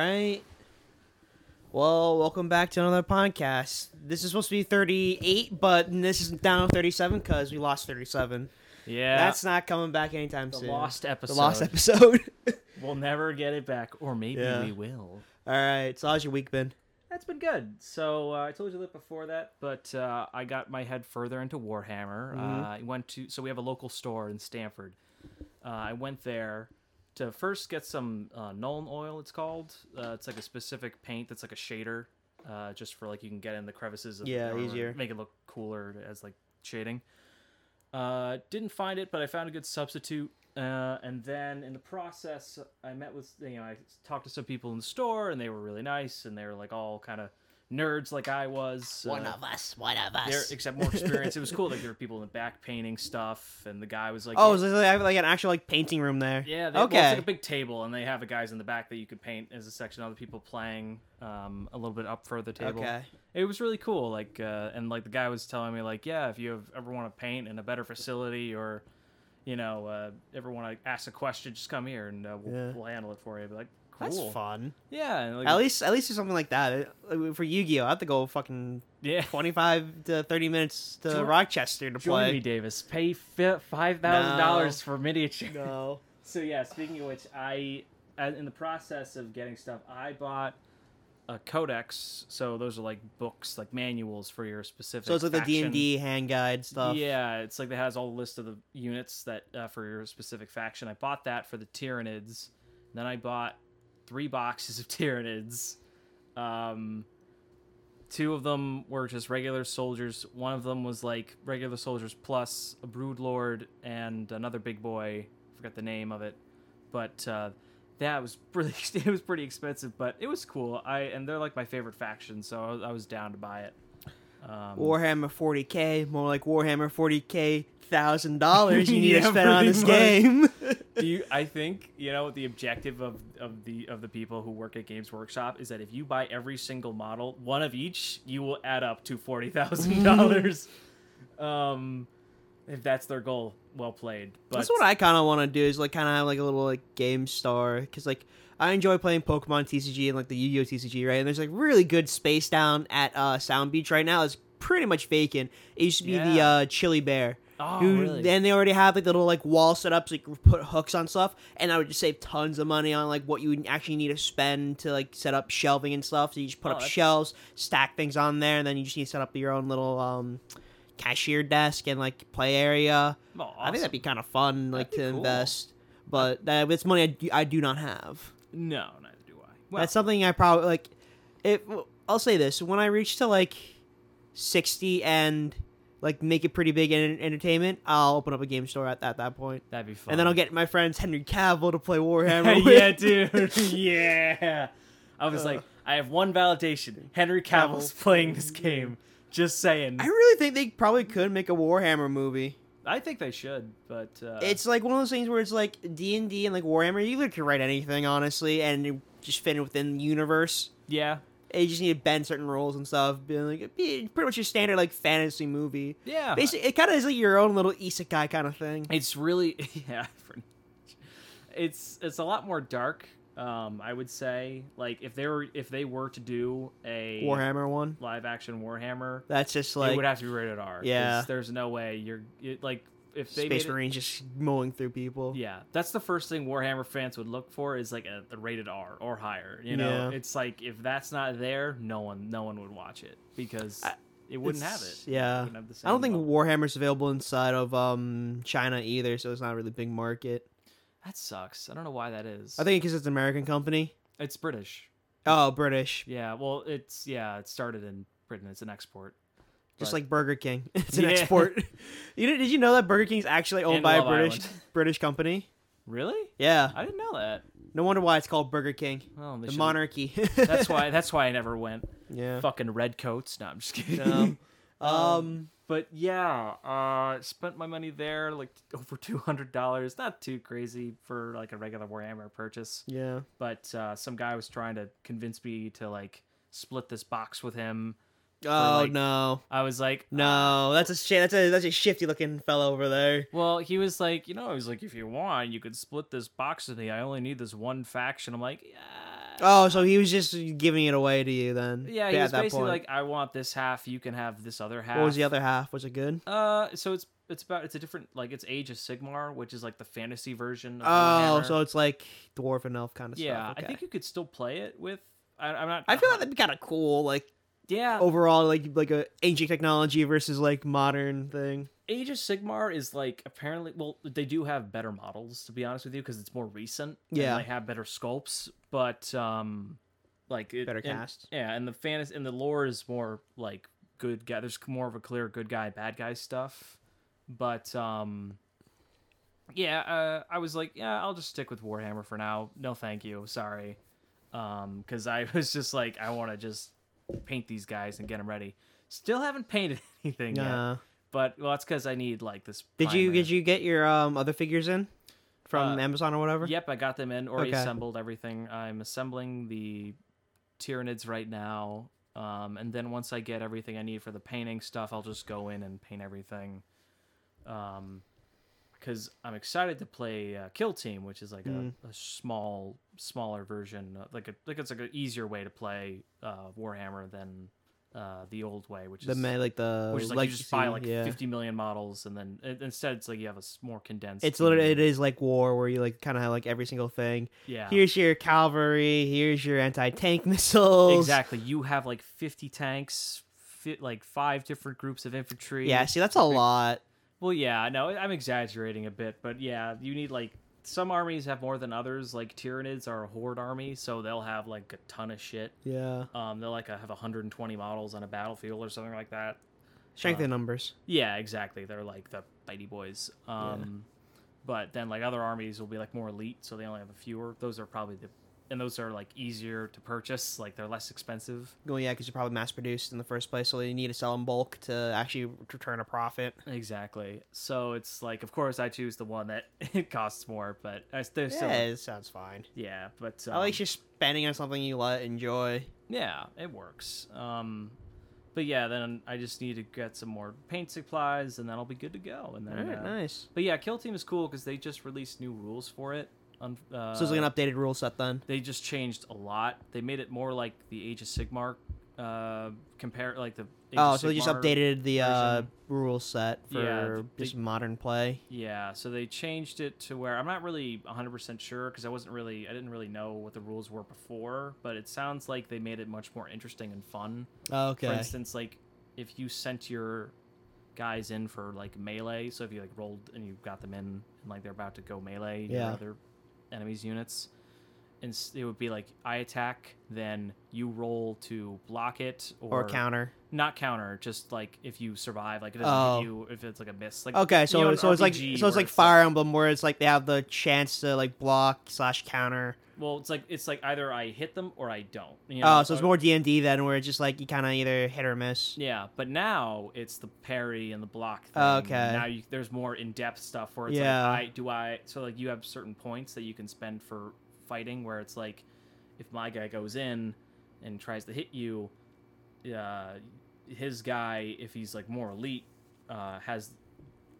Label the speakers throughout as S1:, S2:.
S1: right. Well, welcome back to another podcast. This is supposed to be 38, but this is down to 37 because we lost 37.
S2: Yeah,
S1: That's not coming back anytime
S2: the
S1: soon.
S2: lost episode.
S1: The lost episode.
S2: We'll never get it back, or maybe
S1: Yeah.
S2: we will.
S1: All right. So how's your week been?
S2: That's been good. So uh, I told you that before that, but uh, I got my head further into Warhammer.
S1: Mm-hmm.
S2: Uh, I went to so we have a local store in Stanford. Uh, I went there to first get some uh, Nuln oil. It's called. Uh, it's like a specific paint that's like a shader, uh, just for like you can get in the crevices of the
S1: Yeah,
S2: armor,
S1: easier.
S2: make it look cooler as like shading. Uh, didn't find it, but I found a good substitute. Uh, and then in the process, I met with you know I talked to some people in the store, and they were really nice, and they were like all kind of nerds like I was. uh,
S1: us. One of
S2: there- except more experience. it was cool. Like there were people in the back painting stuff, and the guy was like,
S1: Oh, so they have like an actual like painting room there.
S2: yeah, they, okay.
S1: okay.
S2: Well, it's like a big table, and they have the guys in the back that you could paint as a section. Other people playing um, a little bit up further table.
S1: Okay.
S2: It was really cool. Like, uh, and like the guy was telling me, like, yeah, if you have, ever want to paint in a better facility, or you know, uh, ever want to ask a question, just come here and uh, we'll,
S1: Yeah.
S2: we'll handle it for you. I'd be like, cool.
S1: That's fun.
S2: Yeah. and, like,
S1: At least, at least do something like that. Uh, For Yu-Gi-Oh, I have to go fucking
S2: Yeah.
S1: 25 to 30 minutes to
S2: Join-
S1: Rochester to
S2: Join me,
S1: play.
S2: Davis. Pay fi- five thousand dollars for miniature.
S1: No.
S2: So yeah, speaking of which, I uh, in the process of getting stuff, I bought a codex. So those are like books, like manuals for your specific.
S1: So it's like the D
S2: faction.
S1: and D hand guide stuff.
S2: Yeah, it's like that has all the list of the units that uh, for your specific faction. I bought that for the Tyranids. Then I bought three boxes of Tyranids. Um, two of them were just regular soldiers. One of them was like regular soldiers plus a brood lord and another big boy. Forgot the name of it, but uh, that was pretty. It was pretty expensive, but it was cool. I and they're like my favorite faction, so I was, I was down to buy it. Um,
S1: Warhammer 40k, more like Warhammer 40k thousand dollars you need to
S2: Yeah,
S1: spend on
S2: pretty
S1: this
S2: much.
S1: game.
S2: do you i think you know the objective of of the of the people who work at games workshop is that if you buy every single model one of each you will add up to $40000 um if that's their goal well played but
S1: That's what I kind of want to do is like kind of have like a little like game star because like I enjoy playing Pokemon TCG and like the Yu-Gi-Oh TCG right and there's like really good space down at uh Sound Beach right now it's pretty much vacant. It used to be the
S2: Yeah.
S1: uh Chili Bear.
S2: Oh,
S1: who-
S2: really?
S1: Then they already have like the little like wall setups like put hooks on stuff and I would just save tons of money on like what you would actually need to spend to like set up shelving and stuff. So you just put
S2: Oh,
S1: up
S2: that's-
S1: shelves, stack things on there, and then you just need to set up your own little um cashier desk and like play area.
S2: Oh,
S1: I think
S2: awesome.
S1: that'd be kind of fun, like
S2: be
S1: to
S2: cool.
S1: invest. But that, that's money I do, I do not have.
S2: no neither do i well,
S1: that's something I probably like. It. well, I'll say this: when I reach to like sixty and like make it pretty big in entertainment, I'll open up a game store at, at that point,
S2: that'd be fun
S1: and then I'll get my friends Henry Cavill to play Warhammer. with. Uh.
S2: yeah dude yeah i was like i have one validation henry cavill's playing this game just saying
S1: I really think they probably could make a Warhammer movie.
S2: i think they should but uh
S1: It's like one of those things where it's like D and D and like Warhammer. You literally could write anything, honestly, and it just fit within the universe.
S2: yeah
S1: you just need to bend certain rules and stuff. Being like it'd be pretty much your standard like fantasy movie.
S2: yeah
S1: Basically, it kind of is like your own little isekai kind of thing.
S2: It's really yeah. For, it's it's a lot more dark. Um, I would say like if they were if they were to do a
S1: Warhammer one.
S2: live action Warhammer,
S1: That's just
S2: it
S1: like
S2: would have to be rated R. 'cause
S1: Yeah.
S2: there's no way you're it, like if they
S1: Space
S2: made it-
S1: Marines just mowing through people.
S2: yeah, that's the first thing Warhammer fans would look for is like a, a rated R or higher. You know,
S1: Yeah.
S2: it's like if that's not there, no one no one would watch it because
S1: I-
S2: it wouldn't have it.
S1: It's- Yeah,
S2: wouldn't have the
S1: I don't think
S2: same level.
S1: Warhammer's available inside of um China either, so it's not a really big market.
S2: that sucks. I don't know why that is.
S1: I think because it's an American company.
S2: it's British.
S1: Oh, British,
S2: Yeah, well, it's yeah, it started in Britain. It's an export.
S1: just
S2: But-
S1: like Burger King. it's an
S2: Yeah.
S1: export. you know, did you know that Burger King's actually owned
S2: And
S1: by
S2: Love
S1: a British
S2: Island.
S1: British company?
S2: Really?
S1: Yeah,
S2: I didn't know that.
S1: no wonder why it's called Burger King.
S2: Well, they
S1: The
S2: should've-
S1: monarchy.
S2: That's why. That's why I never went.
S1: Yeah.
S2: Fucking redcoats. No, I'm just kidding.
S1: Um, um,
S2: Um, But yeah, uh, spent my money there, like over two hundred dollars. Not too crazy for like a regular Warhammer purchase.
S1: yeah.
S2: But uh, some guy was trying to convince me to like split this box with him.
S1: Oh
S2: like-
S1: no,
S2: I was like,
S1: no, that's a sh- that's a that's a shifty looking fellow over there.
S2: Well, he was like, you know, he was like, if you want, you could split this box with me. I only need this one faction. I'm like,
S1: Oh, so he was just giving it away to you then?
S2: yeah, he was basically like, I want this half. You can have this other half.
S1: What was the other half? Was it good?
S2: Uh, so it's it's about it's a different like it's Age of Sigmar, which is like the fantasy version. Of
S1: Oh,
S2: Warhammer.
S1: so it's like dwarf and elf kind of
S2: yeah,
S1: stuff. Okay.
S2: I think you could still play it with. I, I'm not.
S1: I feel like that'd be kind of cool. Like
S2: yeah,
S1: overall, like like a ancient technology versus like modern thing.
S2: Age of Sigmar is like apparently well they do have better models to be honest with you because it's more recent. and
S1: Yeah.
S2: they have better sculpts, but um, like it,
S1: Better
S2: and-
S1: cast.
S2: yeah, and the fantasy and the lore is more like good guy. There's more of a clear good guy bad guy stuff, but um, yeah, uh, I was like, yeah, I'll just stick with Warhammer for now. No, thank you, sorry, um, because I was just like, I want to just paint these guys and get them ready. Still haven't painted anything yet.
S1: Yeah.
S2: But well, that's because I need like this.
S1: Did you
S2: primer.
S1: did you get your um other figures in from
S2: Uh,
S1: Amazon or whatever?
S2: Yep, I got them in, already
S1: Okay.
S2: assembled everything. I'm assembling the Tyranids right now, um, and then once I get everything I need for the painting stuff, I'll just go in and paint everything. Um, because I'm excited to play uh, Kill Team, which is like
S1: Mm.
S2: a, a small, smaller version, uh, like a, like it's like an easier way to play uh, Warhammer than uh, the old way, which
S1: The
S2: is
S1: ma- Uh, like the
S2: which is like you just buy
S1: legacy,
S2: like
S1: yeah.
S2: 50 million models and then it, instead it's like you have a s- more condensed
S1: It's
S2: team.
S1: literally it is like war where you like kind of have like every single thing.
S2: yeah
S1: Here's your cavalry. Here's your anti tank missiles.
S2: exactly you have like 50 tanks fit like five different groups of infantry
S1: Yeah. See, that's a lot.
S2: well yeah no i'm exaggerating a bit but yeah you need like some armies have more than others like tyranids are a horde army so they'll have like a ton of shit
S1: Yeah.
S2: um they'll like have 120 models on a battlefield or something like that
S1: Strength
S2: Uh,
S1: in numbers.
S2: Yeah, exactly. They're like the bitey boys. Um, But then like other armies will be like more elite, so they only have a fewer. Those are probably the, and those are like easier to purchase. Like they're less expensive.
S1: Well, yeah, because you're probably mass produced in the first place, so you need to sell in bulk to actually return a profit.
S2: Exactly. So it's like, of course, I choose the one that it costs more, but I, they're still
S1: yeah, it sounds fine.
S2: yeah. But
S1: At
S2: um,
S1: least you're spending on something you like enjoy.
S2: Yeah, it works. Um, but yeah, then I just need to get some more paint supplies, and then I'll be good to go. And then,
S1: All right,
S2: uh,
S1: nice.
S2: but yeah, Kill Team is cool because they just released new rules for it. On uh,
S1: So it's like an updated rule set then.
S2: they just changed a lot. They made it more like the Age of Sigmar, uh, compare like the. Age
S1: Oh,
S2: of
S1: so they just
S2: Sigmar-
S1: updated the uh,
S2: version.
S1: rule set for
S2: Yeah, th-
S1: just
S2: they-
S1: modern play.
S2: Yeah, so they changed it to where I'm not really 100 percent sure because I wasn't really I didn't really know what the rules were before, but it sounds like they made it much more interesting and fun.
S1: Okay.
S2: For instance, like if you sent your guys in for like melee, so if you like rolled and you got them in and like they're about to go melee, your
S1: Yeah.
S2: other enemies' units, and s- it would be like I attack, then you roll to block it or,
S1: or counter.
S2: not counter, just like if you survive, like it doesn't
S1: Oh.
S2: give you if it's like a miss. Like
S1: Okay,
S2: you know,
S1: so
S2: an
S1: so it's like
S2: RPG
S1: so it's
S2: where
S1: like Fire Emblem where it's like they have the chance to like block slash counter.
S2: Well, it's like it's like either I hit them or I don't. You
S1: oh, so it's more D and D then where it's just like you kind of either hit or miss.
S2: Yeah, but now it's the parry and the block. Thing.
S1: Okay.
S2: Now you, there's more in depth stuff where it's
S1: Yeah.
S2: like I do I so like you have certain points that you can spend for fighting where it's like if my guy goes in and tries to hit you, uh, his guy if he's like more elite uh, has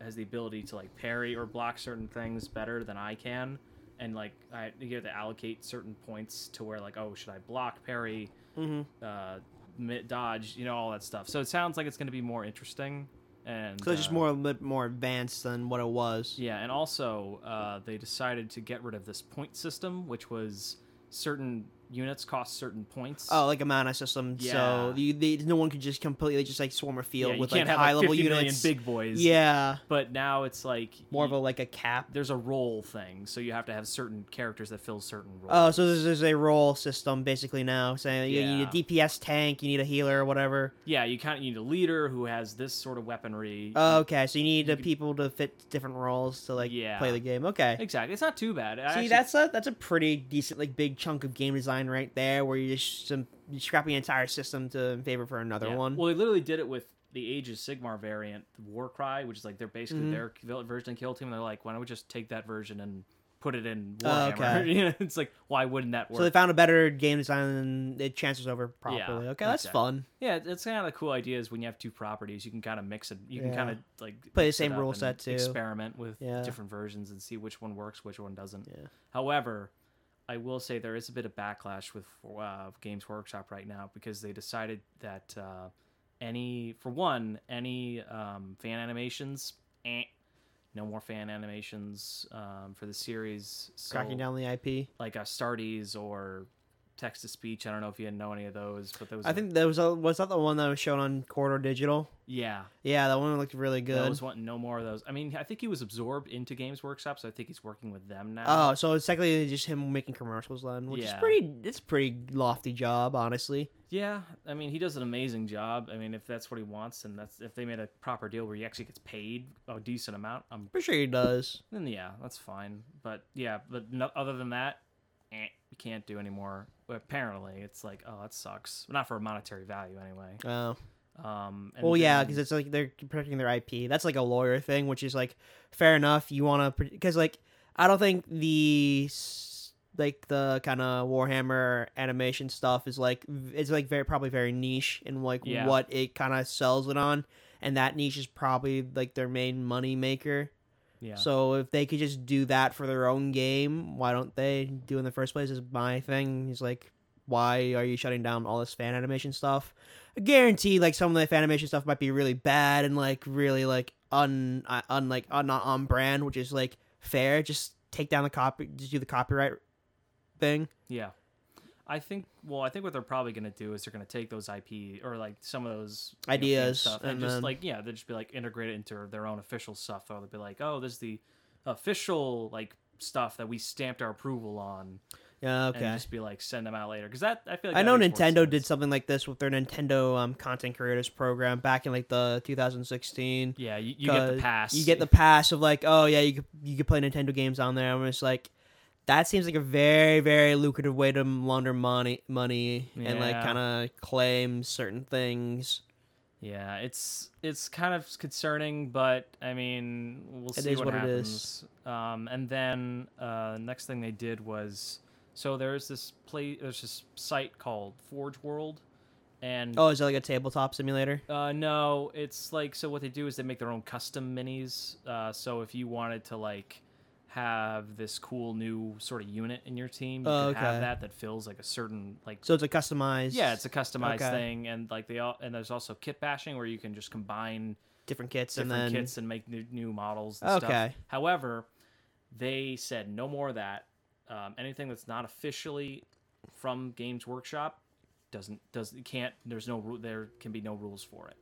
S2: has the ability to like parry or block certain things better than I can. And like I you have to allocate certain points to where like oh should I block parry
S1: Mm-hmm.
S2: uh, mi- dodge, you know, all that stuff. So it sounds like it's going to be more interesting. And
S1: So it's just
S2: uh,
S1: more a bit more advanced than what it was.
S2: Yeah, and also uh, they decided to get rid of this point system, which was certain units cost certain points.
S1: Oh, like a mana system. So
S2: Yeah.
S1: you, they, no one could just completely just like swarm a
S2: yeah,
S1: field
S2: you
S1: with like
S2: can't have
S1: high level
S2: 50 million
S1: units.
S2: big boys.
S1: yeah,
S2: but now it's like
S1: more
S2: y-
S1: of a like a cap.
S2: there's a role thing, so you have to have certain characters that fill certain roles.
S1: Oh, so there's, there's a roll system basically now saying you you need a
S2: Yeah.
S1: DPS tank, you need a healer or whatever.
S2: yeah, you kind of need a leader who has this sort of weaponry.
S1: Oh, okay, so you need
S2: You
S1: the
S2: could-
S1: people to fit different roles to like
S2: Yeah.
S1: play the game. Okay.
S2: exactly. It's not too bad. I
S1: See,
S2: actually-
S1: that's a that's a pretty decent like big chunk of game design right there, where you're just some, you're scrapping an entire system to in favor for another
S2: Yeah.
S1: one.
S2: Well, they literally did it with the Age of Sigmar variant, Warcry, which is like they're basically
S1: Mhm.
S2: their vil- version of Kill Team. And they're like, why don't we just take that version and put it in
S1: Oh,
S2: Warhammer?
S1: okay.
S2: You know, it's like, why wouldn't that work?
S1: so they found a better game design than it chances over properly. okay, that's
S2: exactly.
S1: fun.
S2: yeah, it's kind of the cool idea is when you have two properties, you can kind of mix it. You can
S1: Yeah.
S2: kind of like
S1: Play the
S2: mix it
S1: same
S2: up
S1: rule
S2: and
S1: set, too.
S2: Experiment with
S1: Yeah.
S2: different versions and see which one works, which one doesn't.
S1: Yeah.
S2: However, I will say there is a bit of backlash with uh, Games Workshop right now because they decided that uh, any, for one, any um, fan animations, eh, no more fan animations um, for the series. So,
S1: cracking down the IP.
S2: like Astartes or text to speech. I don't know if you know any of those, but those.
S1: I
S2: are-
S1: think that was was that the one that was shown on Corridor Digital.
S2: yeah,
S1: Yeah, that one looked really
S2: those
S1: good.
S2: was wanting no more of those. I mean, I think he was absorbed into Games Workshop, so I think he's working with them now.
S1: Oh, so it's technically just him making commercials then, which
S2: Yeah.
S1: is pretty. It's a pretty lofty job, honestly.
S2: yeah. I mean, he does an amazing job. I mean, if that's what he wants, and that's if they made a proper deal where he actually gets paid a decent amount, um,
S1: Pretty sure he does.
S2: then yeah, that's fine. But yeah, but no, other than that, eh, you can't do anymore. Apparently, it's like, oh, that sucks. Not for a monetary value, anyway.
S1: Oh,
S2: Um, and
S1: well, yeah,
S2: then-
S1: because it's like they're protecting their IP. That's like a lawyer thing, which is like fair enough. You want to because like I don't think the s- like the kind of Warhammer animation stuff is like v- it's like very probably very niche in like
S2: Yeah.
S1: what it kind of sells it on, and that niche is probably like their main money maker.
S2: yeah.
S1: So if they could just do that for their own game, why don't they do in the first place? Is my thing. He's like, why are you shutting down all this fan animation stuff? I guarantee, like some of the fan animation stuff might be really bad and like really like un uh, un like un, not on brand, which is like fair. Just take down the copy, just do the copyright thing.
S2: Yeah. I think well, I think what they're probably gonna do is they're gonna take those IP or like some of those you know, fan
S1: Ideas,
S2: stuff and,
S1: and
S2: just
S1: then-
S2: like yeah, they'll just be like integrate it into their own official stuff. They'll be like, oh, this is the official like stuff that we stamped our approval on,
S1: Yeah, okay.
S2: and just be like send them out later because that I feel like
S1: I
S2: that
S1: know
S2: makes more
S1: Nintendo did
S2: sense.
S1: something like this with their Nintendo um, content creators program back in like the 2016.
S2: Yeah, you, you get the
S1: 'Cause
S2: pass.
S1: You get the pass of like, oh yeah, you could, you could play Nintendo games on there. I'm just like, that seems like a very very lucrative way to launder money money and like
S2: Yeah.
S1: kind of claim certain things.
S2: yeah. It's it's kind of concerning, but I mean we'll
S1: It
S2: see
S1: is
S2: what,
S1: what it
S2: happens. Um, and then uh, next thing they did was so there's this play there's this site called Forge World, and
S1: Oh, is that like a tabletop simulator?
S2: uh, no, it's like so what they do is they make their own custom minis. Uh, so if you wanted to like have this cool new sort of unit in your team, you
S1: Oh,
S2: could have
S1: okay.
S2: that that fills like a certain like
S1: So it's a customized.
S2: yeah, it's a customized
S1: Okay.
S2: thing, and like they all, and there's also kit bashing where you can just combine
S1: different kits
S2: different
S1: and then
S2: kits and make new, new models. And stuff.
S1: Okay.
S2: However, they said no more of that. Um, anything that's not officially from Games Workshop doesn't does it can't. There's no rule. There can be no rules for it.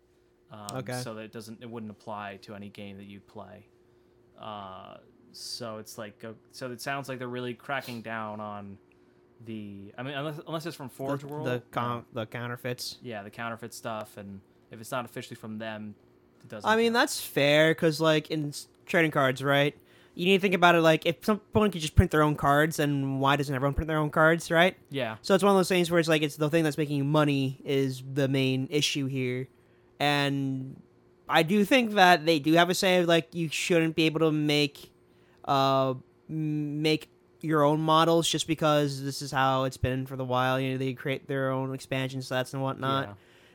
S2: Um,
S1: Okay.
S2: So that it doesn't. It wouldn't apply to any game that you play. Uh, so it's like a, so. It sounds like they're really cracking down on the. I mean, unless unless it's from Forge
S1: the,
S2: World.
S1: the,
S2: um,
S1: con- the counterfeits.
S2: yeah, the counterfeit stuff, and if it's not officially from them, it doesn't.
S1: I mean,
S2: count.
S1: that's fair because, like, in s- trading cards, right? You need to think about it like if someone could just print their own cards, then why doesn't everyone print their own cards, right?
S2: yeah,
S1: So it's one of those things where it's like it's the thing that's making you money is the main issue here, and I do think that they do have a say of like you shouldn't be able to make, uh, m- make your own models just because this is how it's been for the while. You know they create their own expansion sets and whatnot.
S2: Yeah.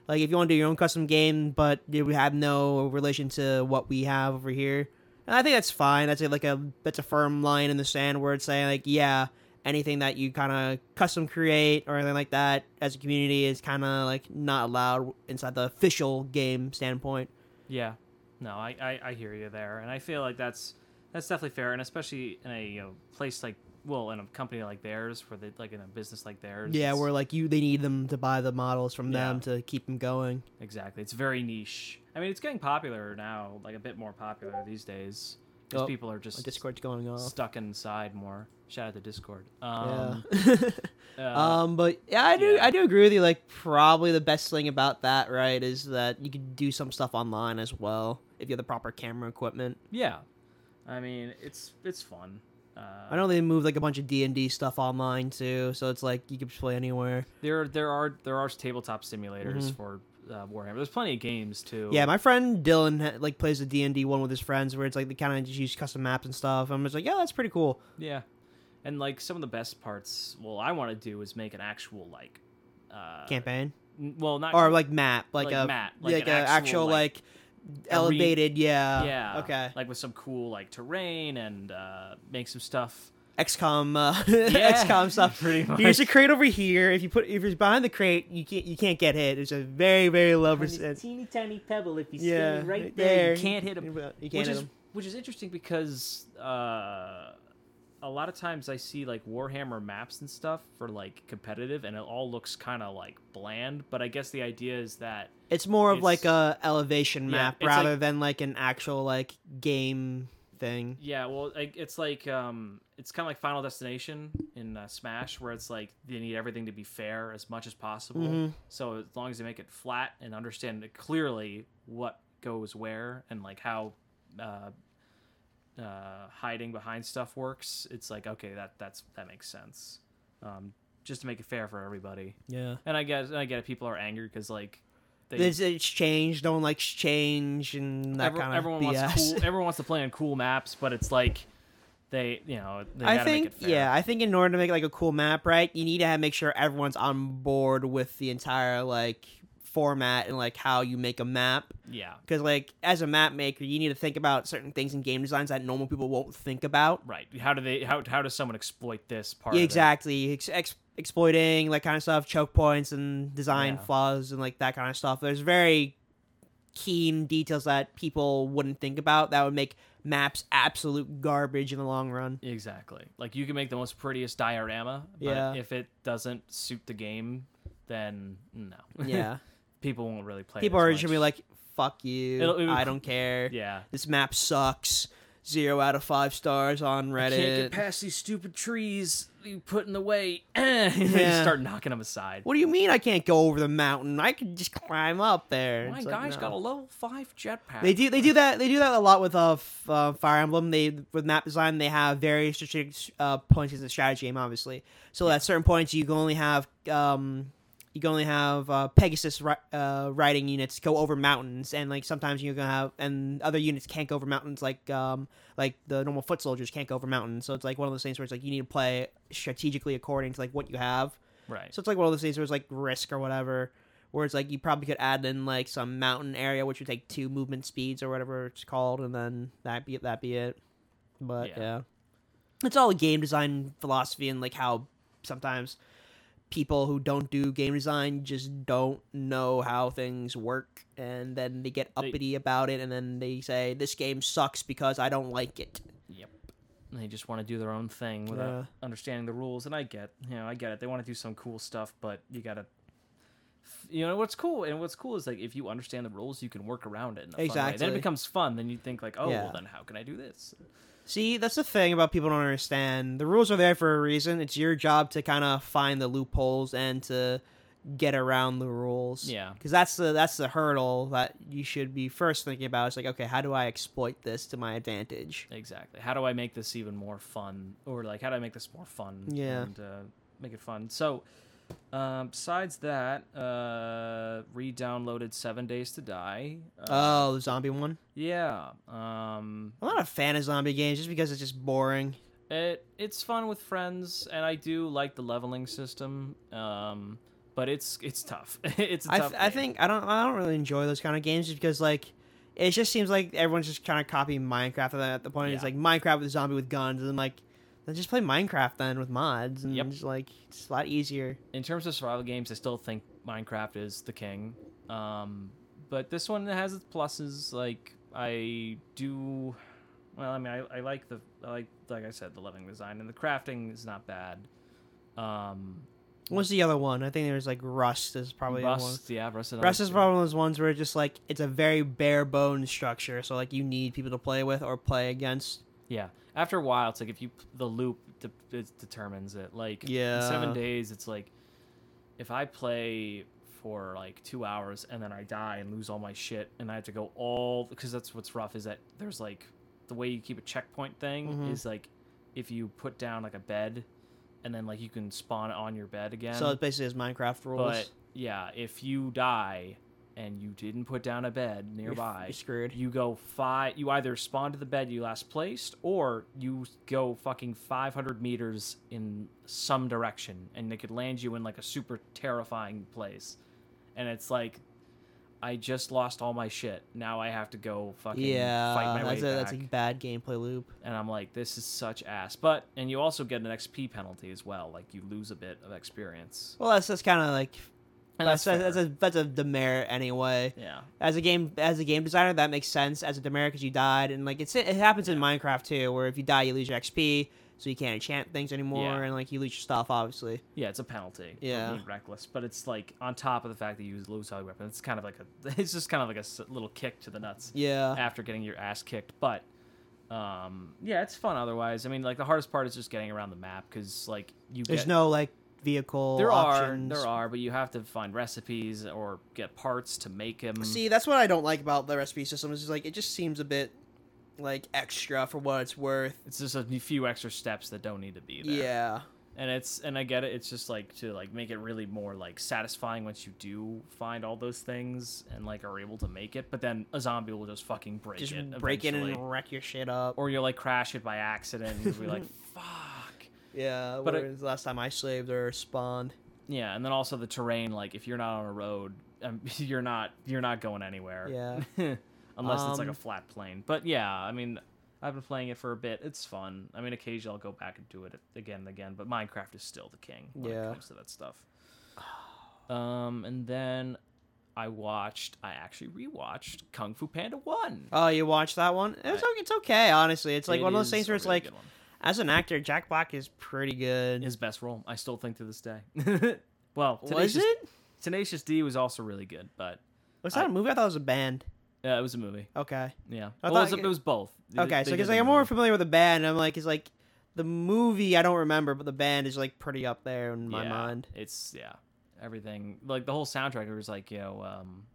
S1: Like if you want to do your own custom game, but it would have no relation to what we have over here. And I think that's fine. That's a, like a that's a firm line in the sand where it's saying like, yeah, anything that you kind of custom create or anything like that as a community is kind of like not allowed inside the official game standpoint.
S2: Yeah, no, I, I I hear you there, and I feel like that's that's definitely fair, and especially in a you know place like well in a company like theirs, where they like in a business like theirs.
S1: Yeah,
S2: it's-
S1: where like you they need them to buy the models from them to keep them going.
S2: exactly. It's very niche. I mean, it's getting popular now, like a bit more popular these days, because
S1: Oh,
S2: people are
S1: My
S2: just
S1: Discord's going off.
S2: stuck inside more. Shout out to Discord. Um,
S1: yeah.
S2: uh,
S1: Um, but yeah, I do
S2: yeah.
S1: I do agree with you. Like, probably the best thing about that, right, is that you can do some stuff online as well if you have the proper camera equipment.
S2: yeah, I mean it's it's fun. Uh,
S1: I know they moved like a bunch of D and D stuff online too, so it's like you can play anywhere.
S2: there there are there are tabletop simulators for uh, Warhammer. There's plenty of games too.
S1: Mm-hmm. Yeah, my friend Dylan ha- like plays the D and D one with his friends, where it's like they kind of just use custom maps and stuff. I'm just like, yeah, that's pretty cool.
S2: Yeah. And like some of the best parts, well, I want to do is make an actual like, uh,
S1: Campaign
S2: n- well, not
S1: or like map, like,
S2: like
S1: a
S2: map, like
S1: like,
S2: an
S1: a
S2: actual,
S1: actual,
S2: like,
S1: like,
S2: a re-
S1: elevated. yeah.
S2: yeah,
S1: Okay.
S2: like with some cool like terrain and uh, make some stuff.
S1: XCOM uh,
S2: Yeah,
S1: XCOM stuff.
S2: pretty much.
S1: Here's a crate over here. If you put if it's behind the crate, you can't you can't get hit. It's a very very low percent.
S2: teeny tiny pebble if you
S1: Yeah,
S2: right there, you can't hit him.
S1: You can't
S2: which
S1: hit
S2: is
S1: 'em.
S2: which is interesting because uh, a lot of times I see like Warhammer maps and stuff for like competitive, and it all looks kind of like bland. But I guess the idea is that
S1: It's more of like
S2: it's-
S1: a elevation
S2: Yeah,
S1: map
S2: it's
S1: rather
S2: like-
S1: than like an actual like game thing.
S2: yeah, well, like, it's like um, it's kind of like Final Destination in uh, Smash, where it's like they need everything to be fair as much as possible.
S1: Mhm.
S2: So as long as they make it flat and understand it clearly what goes where and like how. Uh, uh, hiding behind stuff works, it's like okay, that that's that makes sense. Um, just to make it fair for everybody.
S1: Yeah.
S2: And I guess and I get it, people are angry because like they
S1: There's it's change, don't like change and that
S2: every-
S1: kind of
S2: everyone
S1: BS.
S2: wants cool everyone wants to play on cool maps, but it's like they you know they
S1: I
S2: gotta
S1: think
S2: make it fair.
S1: yeah, I think in order to make like a cool map, right, you need to have, make sure everyone's on board with the entire like format and like how you make a map.
S2: yeah
S1: Because like as a map maker, you need to think about certain things in game designs that normal people won't think about.
S2: right. How do they how how does someone exploit this part?
S1: Yeah,
S2: of it?
S1: exactly. Ex- ex- exploiting like kind of stuff, choke points and design
S2: Yeah.
S1: flaws and like that kind of stuff. There's very keen details that people wouldn't think about that would make maps absolute garbage in the long run.
S2: Exactly. Like you can make the most prettiest diorama, but
S1: Yeah.
S2: if it doesn't suit the game, then no.
S1: Yeah,
S2: people won't really play. it
S1: people
S2: as
S1: are just gonna be
S2: much.
S1: like, "Fuck you,
S2: It'll- it'll-
S1: I don't care.
S2: yeah.
S1: This map sucks. Zero out of five stars on Reddit."
S2: Can't get past these stupid trees you put in the way. and they just
S1: Yeah.
S2: start knocking them aside.
S1: what do you mean I can't go over the mountain? I can just climb up there.
S2: My
S1: It's
S2: guy's
S1: like, no.
S2: got a level five jetpack.
S1: They do. They do that. They do that a lot with uh, f- uh Fire Emblem. They with map design, they have very strategic uh, points in the strategy game, obviously. So at certain points, you can only have um, you can only have uh, Pegasus ri- uh, riding units go over mountains, and like sometimes you're gonna have and other units can't go over mountains, like um, like the normal foot soldiers can't go over mountains. So it's like one of those things where it's like you need to play strategically according to like what you have.
S2: Right.
S1: So it's like one of those things where it's like risk or whatever, where it's like you probably could add in like some mountain area, which would take two movement speeds or whatever it's called, and then that be that be it. But
S2: Yeah.
S1: yeah, it's all game design philosophy and like how sometimes people who don't do game design just don't know how things work and then they get
S2: They-
S1: uppity about it and then they say this game sucks because i don't like it
S2: Yep. They just want to do their own thing without
S1: Yeah.
S2: understanding the rules, and I get, you know, I get it. They want to do some cool stuff, but you gotta, you know, what's cool, and what's cool is like if you understand the rules, you can work around it. In a Fun way. Then
S1: Exactly.
S2: it becomes fun. Then you think like, oh, well,
S1: Yeah.
S2: then how can I do this?
S1: See, that's the thing about people don't understand. The rules are there for a reason. It's your job to kind of find the loopholes and to get around the rules.
S2: Yeah.
S1: Because that's the that's the hurdle that you should be first thinking about. It's like, okay, how do I exploit this to my advantage?
S2: Exactly. How do I make this even more fun, or like how do I make this more fun?
S1: Yeah.
S2: And uh, make it fun. So. Um, besides that, uh, re-downloaded Seven Days to Die. Uh,
S1: Oh, the zombie one.
S2: yeah. Um,
S1: I'm not a fan of zombie games just because it's just boring.
S2: It it's fun with friends, and I do like the leveling system. Um, but it's it's tough. it's a
S1: I,
S2: tough.
S1: th- I
S2: game.
S1: think I don't I don't really enjoy those kind of games just because like it just seems like everyone's just kind of copying Minecraft at the, at the point it's
S2: Yeah.
S1: like Minecraft with a zombie with guns and like then just play Minecraft then with mods and
S2: Yep.
S1: just like it's a lot easier.
S2: in terms of survival games, I still think Minecraft is the king. Um, but this one has its pluses. Like I do, well, I mean, I, I like the I like like I said the leveling design and the crafting is not bad. Um,
S1: What's the other one? I think there's like Rust is probably the one.
S2: Rust, yeah, Rust. another
S1: Rust is
S2: good-
S1: probably one of those ones where it's just like it's a very bare bones structure, so like you need people to play with or play against.
S2: Yeah. After a while, it's like if you the loop de- it determines it. Like in seven
S1: Yeah.
S2: days, it's like if I play for like two hours and then I die and lose all my shit and I have to go all because that's what's rough is that there's like the way you keep a checkpoint thing
S1: Mhm.
S2: is like if you put down like a bed and then like you can spawn on your bed again.
S1: so it basically is Minecraft rules.
S2: but yeah, if you die and you didn't put down a bed
S1: You're f-
S2: nearby,
S1: you're screwed.
S2: you go five. You either spawn to the bed you last placed, or you go fucking 500 meters in some direction, and they could land you in like a super terrifying place. And it's like, I just lost all my shit. Now I have to go fucking
S1: yeah,
S2: fight my
S1: that's
S2: way
S1: a
S2: back.
S1: that's a bad gameplay loop.
S2: and I'm like, this is such ass. But and you also get an XP penalty as well. Like you lose a bit of experience.
S1: Well, that's that's kind of like
S2: And
S1: that's that's,
S2: fair.
S1: that's, a, that's a demerit anyway.
S2: yeah.
S1: As a game as a game designer, that makes sense as a demerit because you died, and like it's it happens in Minecraft too, where if you die, you lose your XP, so you can't enchant things anymore,
S2: Yeah.
S1: and like you lose your stuff, obviously.
S2: Yeah, it's a penalty. for
S1: Yeah.
S2: being reckless, but it's like on top of the fact that you use lose all your weapon, it's kind of like a, it's just kind of like a s- little kick to the nuts
S1: Yeah,
S2: after getting your ass kicked. But, um, yeah, it's fun otherwise. I mean, like the hardest part is just getting around the map because like you
S1: there's
S2: get,
S1: no like vehicle.
S2: there
S1: options.
S2: are there are, but you have to find recipes or get parts to make them.
S1: See, that's what I don't like about the recipe system. Is just, like it just seems a bit like extra for what it's worth.
S2: it's just a few extra steps that don't need to be there.
S1: Yeah,
S2: and it's and I get it. It's just like to like make it really more like satisfying once you do find all those things and like are able to make it. But then a zombie will just fucking break
S1: just
S2: it,
S1: break in
S2: eventually.
S1: and wreck your shit up.
S2: or you'll like crash it by accident. and You'll be like, fuck.
S1: Yeah,
S2: But
S1: but
S2: I-
S1: the last time I slaved or spawned.
S2: Yeah, and then also the terrain. Like if you're not on a road, um, you're not you're not going anywhere. Yeah, unless it's like a
S1: Um,
S2: flat plane. But yeah, I mean. I've been playing it for a bit. It's fun. I mean, occasionally I'll go back and do it again and again, but Minecraft is still the king when it
S1: Yeah.
S2: comes to that stuff. Um, and then I watched. I actually rewatched Kung Fu Panda One.
S1: Oh, you watched that one? It's,
S2: I-
S1: o- it's okay, honestly. It's like
S2: It
S1: one of those
S2: is
S1: things
S2: a
S1: where it's
S2: really
S1: like,
S2: good one.
S1: as an actor, Jack Black is pretty good.
S2: his best role. I still think to this day. well,
S1: was
S2: Tenacious-
S1: it?
S2: Tenacious D was also really good, but
S1: Was that a movie? I thought it was a band.
S2: uh, it was a movie.
S1: Okay.
S2: Yeah,
S1: I
S2: well, it, was,
S1: thought-
S2: it was both. They-
S1: Okay,
S2: they
S1: so
S2: did
S1: because
S2: the
S1: like, I'm more
S2: movie.
S1: familiar with the band, I'm like, it's like the movie, I don't remember, but the band is like pretty up there in my
S2: Yeah,
S1: mind.
S2: It's yeah, everything like the whole soundtrack. It was like you know, um,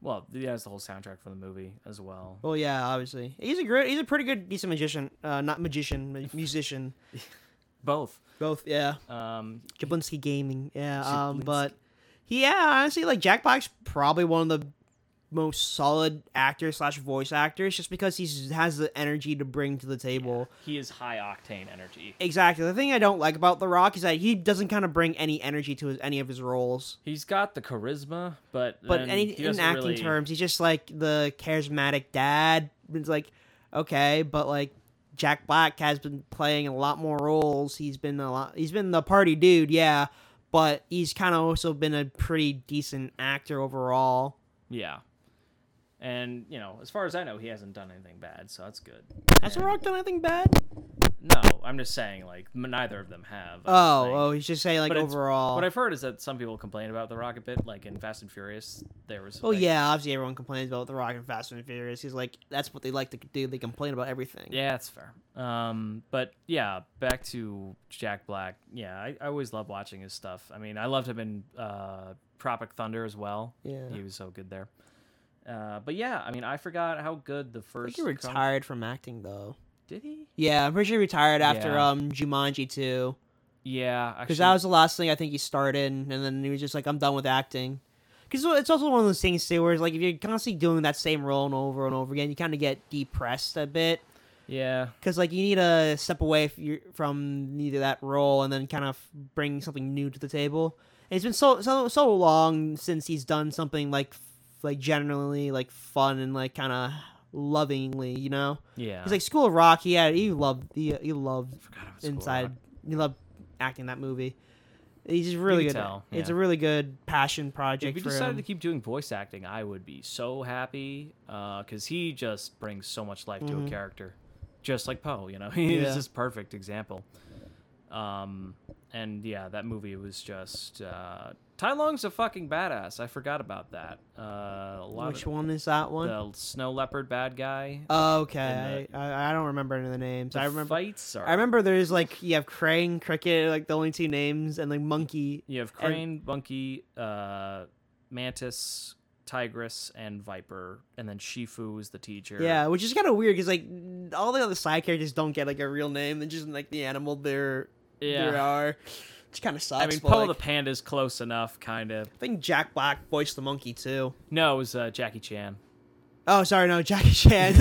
S2: well, yeah, it's the whole soundtrack for the movie as well.
S1: Well, yeah, obviously. He's a great, he's a pretty good, decent magician. Uh, not magician, mu- musician.
S2: Both.
S1: Both, yeah.
S2: Um,
S1: Jablinski Gaming, yeah. Um,
S2: Jablinski.
S1: but yeah, honestly, like Jack Black's probably one of the most solid actors slash voice actors, just because he's has the energy to bring to the table.
S2: he is high octane energy.
S1: Exactly. The thing I don't like about The Rock is that he doesn't kind of bring any energy to his, any of his roles.
S2: He's got the charisma, but
S1: But
S2: then
S1: any,
S2: he
S1: in
S2: doesn't
S1: acting
S2: really-
S1: terms, he's just like the charismatic dad. It's like okay, but like Jack Black has been playing a lot more roles. He's been a lot. He's been the party dude, yeah. But he's kind of also been a pretty decent actor overall.
S2: yeah. And you know, as far as I know, he hasn't done anything bad, so that's good.
S1: Has The Rock done anything bad?
S2: No, I'm just saying, like, m- neither of them have. I'm just
S1: Oh,
S2: saying.
S1: oh, he's just saying like
S2: But it's-
S1: overall.
S2: What I've heard is that some people complain about The Rock a bit, like in Fast and Furious, there was.
S1: well,
S2: like-
S1: yeah, obviously everyone complains about The Rock and Fast and Furious. He's like, that's what they like to do. They complain about everything.
S2: Yeah, that's fair. Um, but yeah, back to Jack Black. Yeah, I, I always love watching his stuff. I mean, I loved him in uh, Tropic Thunder as well.
S1: Yeah.
S2: He was so good there. Uh, but yeah, I mean, I forgot how good the
S1: I
S2: first.
S1: think he
S2: Kung-
S1: retired from acting though.
S2: Did he?
S1: Yeah, I'm pretty sure he retired after
S2: Yeah.
S1: um Jumanji too,
S2: Yeah,
S1: because
S2: actually,
S1: that was the last thing I think he started, in, and then he was just like, I'm done with acting. Because it's also one of those things too, where it's like if you're constantly doing that same role and over and over again, you kind of get depressed a bit.
S2: yeah,
S1: Because like you need to step away f- your- from either that role and then kind of bring something new to the table. And it's been so so so long since he's done something like f- like generally like fun and like kind of lovingly, you know.
S2: yeah.
S1: He's like School of Rock. He had he loved he, he loved
S2: Forgot about School of
S1: inside.
S2: Rock.
S1: He loved acting in that movie. He's just really
S2: can
S1: good.
S2: tell,
S1: It's
S2: yeah.
S1: a really good passion
S2: If
S1: project
S2: we
S1: for
S2: decided
S1: him.
S2: to keep doing voice acting, I would be so happy because he just brings so much life to a character, just like Poe. You know, he's
S1: Mm-hmm. Yeah.
S2: just perfect example. Um, and yeah, that movie was just uh, Tai Long's a fucking badass. I forgot about that. Uh, a lot
S1: Which
S2: of
S1: one is that one?
S2: the snow leopard bad guy.
S1: Oh,
S2: in
S1: okay, I, I, I don't remember any of the names.
S2: The
S1: I remember.
S2: fights are.
S1: I remember there's like you have Crane, Cricket, like the only two names, and like Monkey.
S2: you have crane, monkey, uh, mantis, tigress, and viper, and then Shifu is the teacher.
S1: Yeah, which is kind of weird because like all the other side characters don't get like a real name. They're just like the animal they're
S2: Yeah.
S1: they are. Which kind of sucks.
S2: I mean,
S1: but,
S2: Poe
S1: like,
S2: the Panda's close enough, kind of.
S1: I think Jack Black voiced the monkey too.
S2: No, it was uh, Jackie Chan.
S1: Oh, sorry, no, Jackie Chan.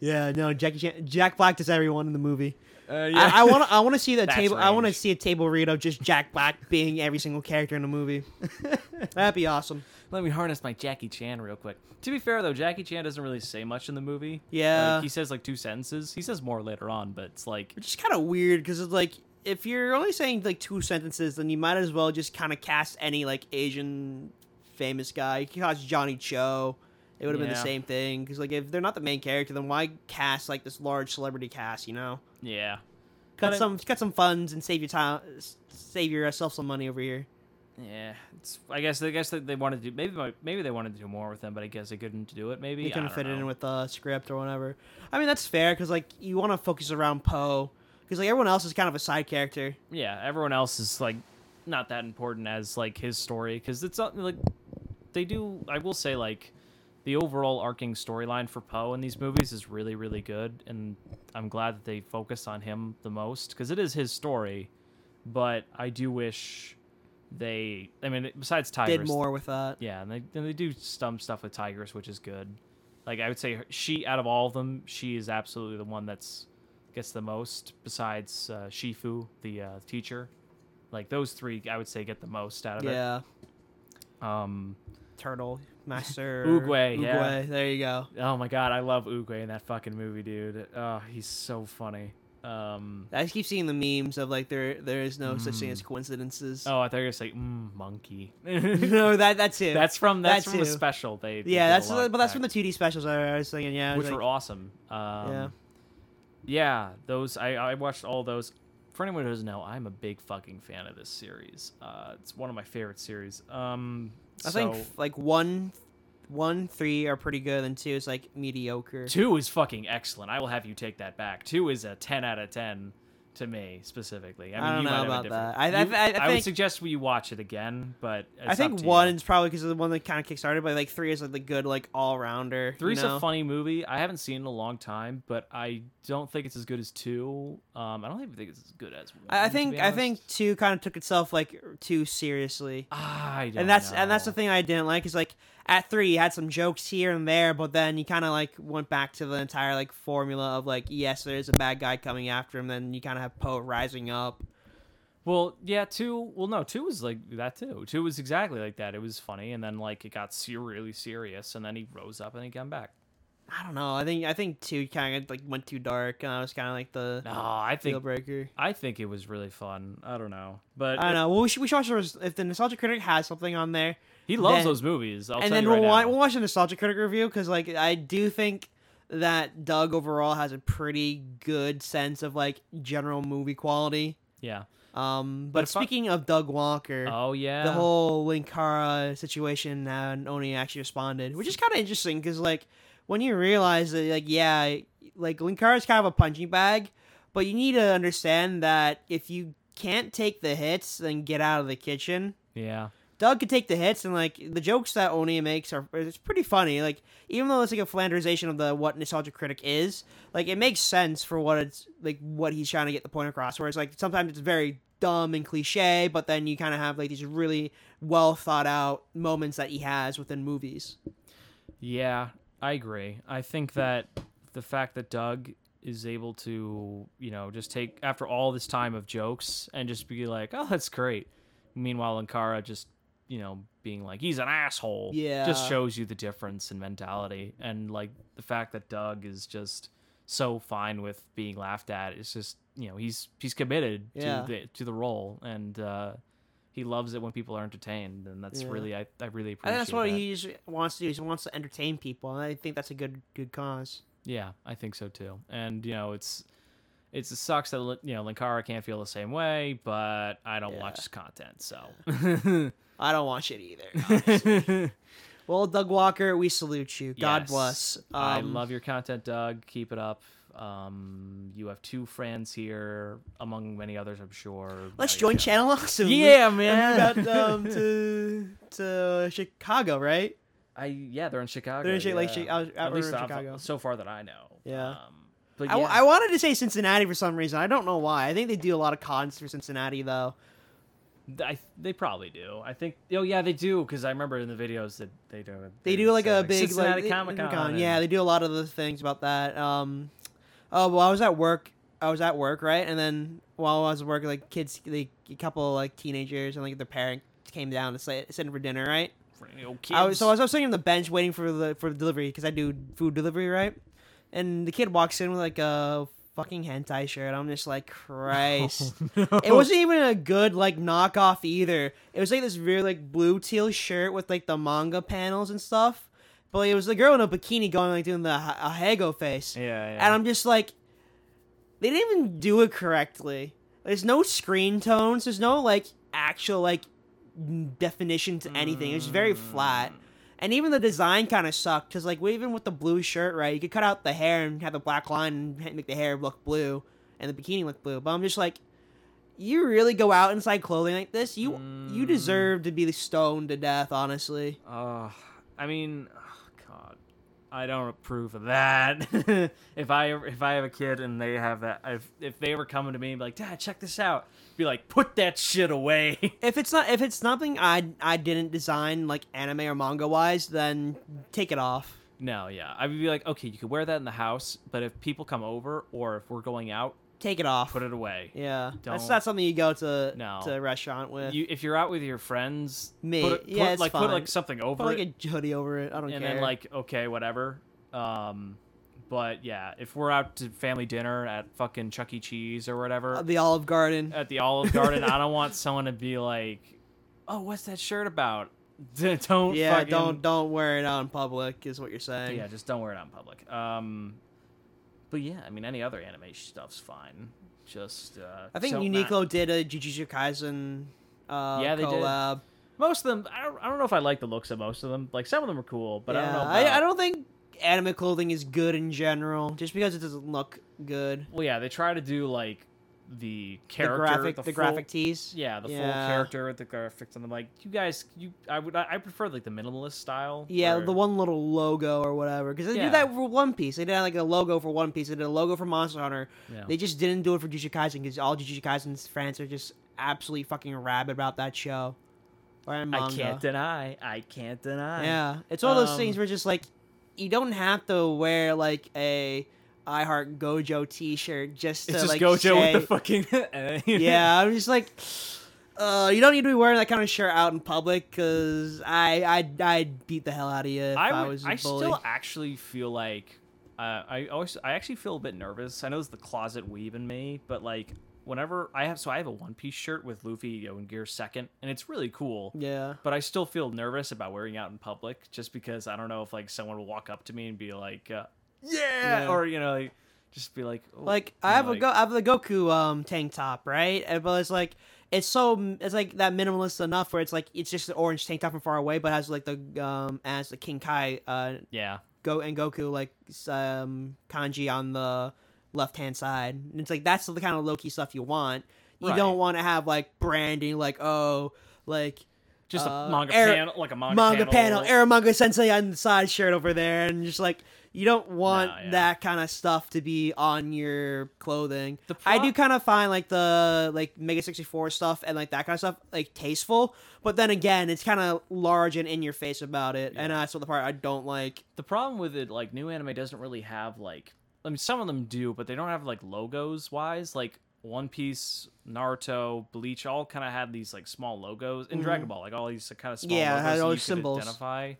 S1: Yeah, no, Jackie Chan, Jack Black does everyone in the movie.
S2: Uh,
S1: I want to I want to see the
S2: That's
S1: table. I want to
S2: range.
S1: see a table read of just Jack Black being every single character in the movie. That'd be awesome.
S2: Let me harness my Jackie Chan real quick. To be fair though, Jackie Chan doesn't really say much in the movie.
S1: Yeah.
S2: Like, he says like two sentences. He says more later on, but it's like
S1: Which is kind of weird because it's like if you're only saying like two sentences, then you might as well just kind of cast any like Asian famous guy. You could cast Johnny Cho. It would have been the
S2: Yeah.
S1: same thing because like if they're not the main character, then why cast like this large celebrity cast? You know,
S2: yeah.
S1: cut
S2: But I-
S1: some cut some funds and save your time, save yourself some money over here.
S2: Yeah, it's. I guess. I guess that they wanted to do. Maybe. Maybe they wanted to do more with them, but I guess they couldn't do it. Maybe
S1: they
S2: I
S1: couldn't
S2: don't
S1: fit it
S2: know.
S1: in with the script or whatever. I mean, that's fair because like you want to focus around Poe because like everyone else is kind of a side character.
S2: Yeah, everyone else is like not that important as like his story because it's not like they do. I will say like the overall arcing storyline for Poe in these movies is really really good, and I'm glad that they focus on him the most because it is his story. But I do wish they. I mean, besides Tigers,
S1: Did more with uh, that.
S2: Yeah, and they and they do some stuff with Tigers, which is good. Like I would say, her- she out of all of them, she is absolutely the one that's gets the most. Besides uh, Shifu, the uh, teacher, like those three, I would say get the most out of
S1: Yeah,
S2: it. Um,
S1: Turtle Master
S2: Oogway, yeah.
S1: Oogway, There you go.
S2: oh my god, I love Uguay in that fucking movie, dude. Oh, he's so funny. Um,
S1: I just keep seeing the memes of like there there is no such thing as coincidences.
S2: Hmm. oh, I thought you were gonna say mm, monkey.
S1: no, that that's it.
S2: that's from that's
S1: That
S2: from a
S1: too.
S2: special. They, they
S1: yeah,
S2: did a
S1: that's
S2: lot
S1: but that's from
S2: back.
S1: the 2D specials. I, I was thinking, yeah, I was
S2: which
S1: like,
S2: were awesome. Um,
S1: Yeah.
S2: yeah, yeah, those I, I watched all those. For anyone who doesn't know, I'm a big fucking fan of this series. Uh, it's one of my favorite series. Um,
S1: I
S2: so
S1: think f- like one, one, three are pretty good, and two is like mediocre.
S2: two is fucking excellent. I will have you take that back. Two is a ten out of ten to me specifically. I, mean,
S1: I don't know
S2: you might
S1: about
S2: have a different-
S1: that. I- I-
S2: you-
S1: I- I
S2: would
S1: think-
S2: suggest you watch it again, but it's
S1: I
S2: up
S1: think
S2: to you.
S1: one is probably because the one that kind of kickstarted, but like three is like the good like all rounder.
S2: Three's
S1: you know?
S2: a funny movie. I haven't seen it in a long time, but I don't think it's as good as two. Um, I don't even think it's as good as one.
S1: I I
S2: to
S1: think
S2: be
S1: I
S2: honest.
S1: think two kind of took itself like too seriously,
S2: I don't
S1: and that's and that's
S2: know.
S1: the thing I didn't like is like at three you had some jokes here and there, but then you kind of like went back to the entire like formula of like yes there's a bad guy coming after him, then you kind of have Poe rising up.
S2: Well, yeah, two. Well, no, two was like that too. Two was exactly like that. It was funny, and then like it got se- really serious, and then he rose up and he came back.
S1: I don't know. I think I think two kind of like went too dark, and I was kind of like the
S2: No, I
S1: deal
S2: think
S1: breaker.
S2: I think it was really fun. I don't know, but
S1: I don't know. Well, we should, we should watch the res- if the nostalgia critic has something on there.
S2: he loves
S1: Then-
S2: those movies. I'll
S1: and
S2: tell
S1: then
S2: you right
S1: we'll, wa-
S2: now.
S1: we'll watch a nostalgia critic review because like i do think that doug overall has a pretty good sense of like general movie quality
S2: yeah.
S1: um but,
S2: if I-
S1: speaking of doug walker
S2: Oh yeah.
S1: the whole linkara situation and oni actually responded which is kind of interesting because like when you realize that like yeah like linkara is kind of a punching bag but you need to understand that if you can't take the hits then get out of the kitchen
S2: yeah.
S1: Doug could take the hits, and like the jokes that Oni makes are it's pretty funny. Like even though it's like a flanderization of the what nostalgia critic is, like it makes sense for what it's like what he's trying to get the point across. Whereas like sometimes it's very dumb and cliche, but then you kind of have like these really well thought out moments that he has within movies.
S2: Yeah, I agree. I think that the fact that Doug is able to, you know, just take after all this time of jokes and just be like, "Oh, that's great." Meanwhile, Ankara just, you know, being like, "He's an asshole."
S1: Yeah.
S2: just shows you the difference in mentality and like the fact that Doug is just so fine with being laughed at. It's just, you know, he's he's committed
S1: Yeah.
S2: to the to the role and uh he loves it when people are entertained, and that's
S1: Yeah.
S2: really I, I really
S1: I
S2: appreciate.
S1: think that's what
S2: that.
S1: he just wants to do. is He wants to entertain people, and I think that's a good good cause.
S2: Yeah, I think so too. And you know, it's it's it sucks that Lin- you know Linkara can't feel the same way, but I don't watch
S1: Yeah.
S2: his content, so.
S1: I don't want shit either. well, Doug Walker, we salute you. God
S2: Yes.
S1: bless.
S2: I
S1: Um,
S2: love your content, Doug. Keep it up. Um, you have two friends here, among many others, I'm sure.
S1: Let's
S2: Uh,
S1: join
S2: yeah.
S1: Channel Awesome.
S2: Yeah,
S1: We-
S2: man.
S1: We got um, to to Chicago, right?
S2: I yeah, they're in Chicago.
S1: They're in Chi- like
S2: yeah.
S1: Chi- out- out-
S2: At
S1: we're
S2: least
S1: in
S2: I've-
S1: Chicago.
S2: so far that I know.
S1: Yeah.
S2: Um, but
S1: I,
S2: yeah,
S1: I wanted to say Cincinnati for some reason. I don't know why. I think they do a lot of cons for Cincinnati though.
S2: Th- I, they probably do. I think. Oh yeah, they do because I remember in the videos that they do.
S1: They do like
S2: say,
S1: a big
S2: Cincinnati
S1: like
S2: Comic Con.
S1: Yeah, they do a lot of the things about that. Um, oh well, I was at work. I was at work, right? And then while I was working, like kids, like a couple like teenagers and like their parent came down to say, sit in for dinner, right? I was, so I was, I was sitting on the bench waiting for the for the delivery because I do food delivery, right? And the kid walks in with like a fucking hentai shirt. I'm just like, Christ.
S2: Oh,
S1: It wasn't even a good like knockoff either. It was like this weird like blue teal shirt with like the manga panels and stuff. But like, it was the girl in a bikini going like doing the ha- a Hago face,
S2: Yeah, yeah.
S1: and I'm just like, they didn't even do it correctly. There's no screen tones. There's no like actual like n- definition to anything. It was very flat. And even the design kind of sucked because, like, even with the blue shirt, right, you could cut out the hair and have the black line and ha- make the hair look blue and the bikini look blue. But I'm just like, you really go out inside clothing like this? You you
S2: Mm.
S1: deserve to be stoned to death, honestly.
S2: Uh, I mean, oh, God, I don't approve of that. if I if I have a kid and they have that, if if they were coming to me and be like, Dad, check this out, be like, put that shit away.
S1: If it's not if it's something I I didn't design like anime or manga wise, then take it off.
S2: no, yeah, I would be like, okay, you could wear that in the house, but if people come over or if we're going out,
S1: Take it off.
S2: put it away.
S1: yeah, that's
S2: Don't.
S1: not something you go to
S2: No.
S1: to a restaurant with.
S2: You, if you're out with your friends,
S1: Me,
S2: put, it-
S1: yeah,
S2: put,
S1: it's
S2: like put
S1: fine.
S2: like something over
S1: Put
S2: it.
S1: like a hoodie over it. I don't
S2: and
S1: care.
S2: then like okay whatever um but yeah if we're out to family dinner at fucking chuck e cheese or whatever
S1: Uh, the Olive Garden.
S2: at the olive garden i don't want someone to be like oh what's that shirt about D- don't
S1: yeah,
S2: fucking-
S1: don't don't wear it out in public is what you're saying.
S2: yeah just don't wear it out in public um but yeah i mean any other anime stuff's fine just uh
S1: I think
S2: don't-
S1: Uniqlo
S2: not-
S1: did a Jujutsu Kaisen. Uh,
S2: Yeah, they did.
S1: collab.
S2: most of them I don't, I don't know if i like the looks of most of them like some of them are cool but i don't know
S1: Yeah, I,
S2: about-
S1: I don't think anime clothing is good in general, just because it doesn't look good.
S2: well yeah they try to do like the
S1: The
S2: character
S1: graphic,
S2: the
S1: the,
S2: full-
S1: graphic tees.
S2: Yeah, the
S1: Yeah.
S2: full character with the graphics, and I'm like, you guys, you, I would, I, I prefer like the minimalist style.
S1: Yeah,
S2: where-
S1: the one little logo or whatever. Because they
S2: Yeah.
S1: did that for One Piece. They did like a logo for One Piece. They did a logo for Monster Hunter.
S2: Yeah.
S1: They just didn't do it for Jujutsu Kaisen because all Jujutsu Kaisen's fans are just absolutely fucking rabid about that show. Or manga.
S2: I can't deny, I can't deny.
S1: Yeah, it's one of those things
S2: Um,
S1: where just like you don't have to wear like a I Heart Gojo T-shirt just to
S2: it's just
S1: like
S2: Gojo
S1: say,
S2: with the fucking.
S1: yeah, I'm just like, uh, you don't need to be wearing that kind of shirt out in public because I I I'd beat the hell out of you if I,
S2: I, would,
S1: was a
S2: I
S1: bully.
S2: still actually feel like, uh, I always, I actually feel a bit nervous. I know it's the closet weave in me, but like. Whenever I have, so I have a One Piece shirt with Luffy, you know, in Gear Second, and it's really cool.
S1: yeah,
S2: but I still feel nervous about wearing out in public just because I don't know if like someone will walk up to me and be like, uh, yeah!
S1: Yeah.
S2: or you know, like, just be like, oh,
S1: like
S2: you
S1: I have
S2: know,
S1: a go I have the Goku um tank top right, Uh, but it's like. It's so it's like that minimalist enough where it's like it's just an orange tank top from far away, but has like the um as the King Kai uh
S2: yeah,
S1: Go and Goku like s- um kanji on the left hand side. And it's like that's the kind of low key stuff you want. You
S2: Right.
S1: don't want to have like branding like oh like
S2: just
S1: uh,
S2: a manga
S1: air-
S2: panel, like a manga,
S1: manga panel, Aramanga Sensei on the side shirt over there and just like you don't want
S2: Nah, yeah.
S1: that kind of stuff to be on your clothing.
S2: The
S1: I
S2: pro-
S1: do kind of find like the like Mega 64 stuff and like that kind of stuff like tasteful, but then again, it's kind of large and in your face about it. And that's what the part I don't like.
S2: the problem with it, like new anime doesn't really have like, I mean, some of them do, but they don't have like logos wise, like. One Piece, Naruto, Bleach, all kind of had these like small logos, and Dragon Ball, like all these kind of small
S1: Mm-hmm. Yeah, it
S2: logos
S1: had
S2: that
S1: all
S2: you
S1: these
S2: could
S1: symbols.
S2: identify,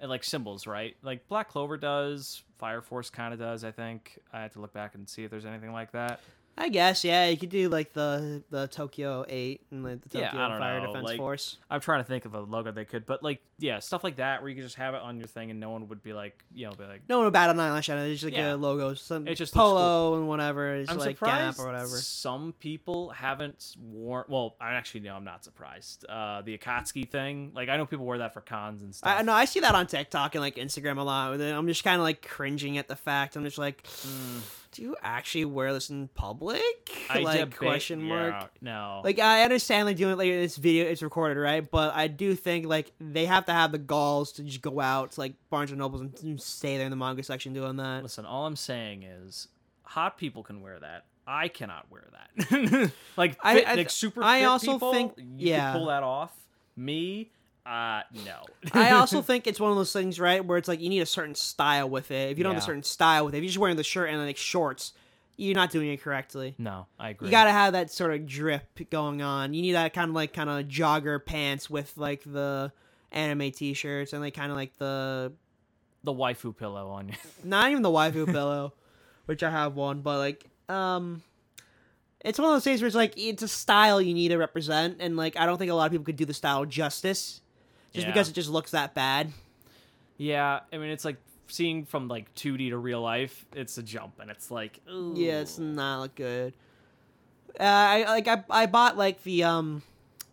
S2: and like symbols, right? Like Black Clover does, Fire Force kind of does, I think. I have to look back and see if there's anything like that.
S1: I guess, yeah, you could do like the the Tokyo Eight and like the
S2: Yeah,
S1: Tokyo
S2: I don't
S1: Fire
S2: know,
S1: Defense
S2: like-
S1: Force.
S2: I'm trying to think of a logo they could, but like, yeah, stuff like that where you could just have it on your thing and no one would be like, you know, be like,
S1: No one about an eyelash shadow. It's just like
S2: Yeah.
S1: a logo, some
S2: It just looks
S1: polo and whatever. It's
S2: I'm
S1: like Gap
S2: surprised
S1: or whatever.
S2: some people haven't worn. Well, I actually no, I'm not surprised. Uh, the Akatsuki thing, like I know people wear that for cons and stuff.
S1: I I know I see that on TikTok and like Instagram a lot. and I'm just kind of like cringing at the fact. I'm just like, do you actually wear this in public?
S2: Mm. I
S1: like
S2: debate-
S1: question mark.
S2: yeah, no,
S1: Like I understand like doing like this video it's recorded right, but I do think like they have to have the galls to just go out to like Barnes and Nobles and stay there in the manga section doing that.
S2: listen, all I'm saying is, hot people can wear that. I cannot wear that. like, fit,
S1: I- I-
S2: like super.
S1: I
S2: fit
S1: also
S2: people,
S1: think-
S2: you
S1: yeah.
S2: could pull that off. Me, uh, no.
S1: I also think it's one of those things, right, where it's like you need a certain style with it. If you don't have
S2: Yeah.
S1: a certain style with it, if you're just wearing the shirt and like shorts, you're not doing it correctly.
S2: no, I agree.
S1: You gotta have that sort of drip going on. You need that kind of like kind of jogger pants with like the anime t-shirts and like kind of like the
S2: the waifu pillow on you.
S1: not even the waifu pillow, which I have one, but like um, it's one of those things where it's like it's a style you need to represent, and like I don't think a lot of people could do the style justice, just
S2: Yeah.
S1: because it just looks that bad.
S2: yeah, I mean, it's like seeing from like 2D to real life. It's a jump, and it's like, ooh.
S1: Yeah, it's not good. Uh, I like I I bought like the um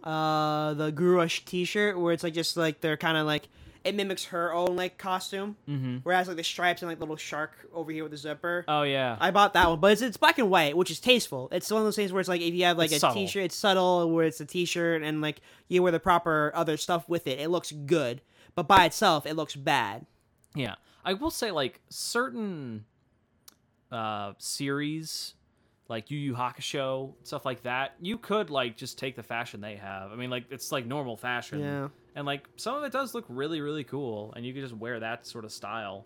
S1: uh the Grush t-shirt where it's like just like they're kind of like it mimics her own like costume,
S2: hmm
S1: whereas like the stripes and like little shark over here with the zipper.
S2: Oh yeah.
S1: I bought that one, but it's, it's black and white, which is tasteful. It's one of those things where it's like if you have like
S2: It's
S1: a
S2: subtle.
S1: shirt it's subtle, where it's a t-shirt and like you wear the proper other stuff with it, it looks good. But by itself, it looks bad.
S2: Yeah. I will say like certain uh series like Yu Yu Hakusho, stuff like that, you could like just take the fashion they have. I mean like it's like normal fashion.
S1: Yeah.
S2: And like some of it does look really really cool and you could just wear that sort of style.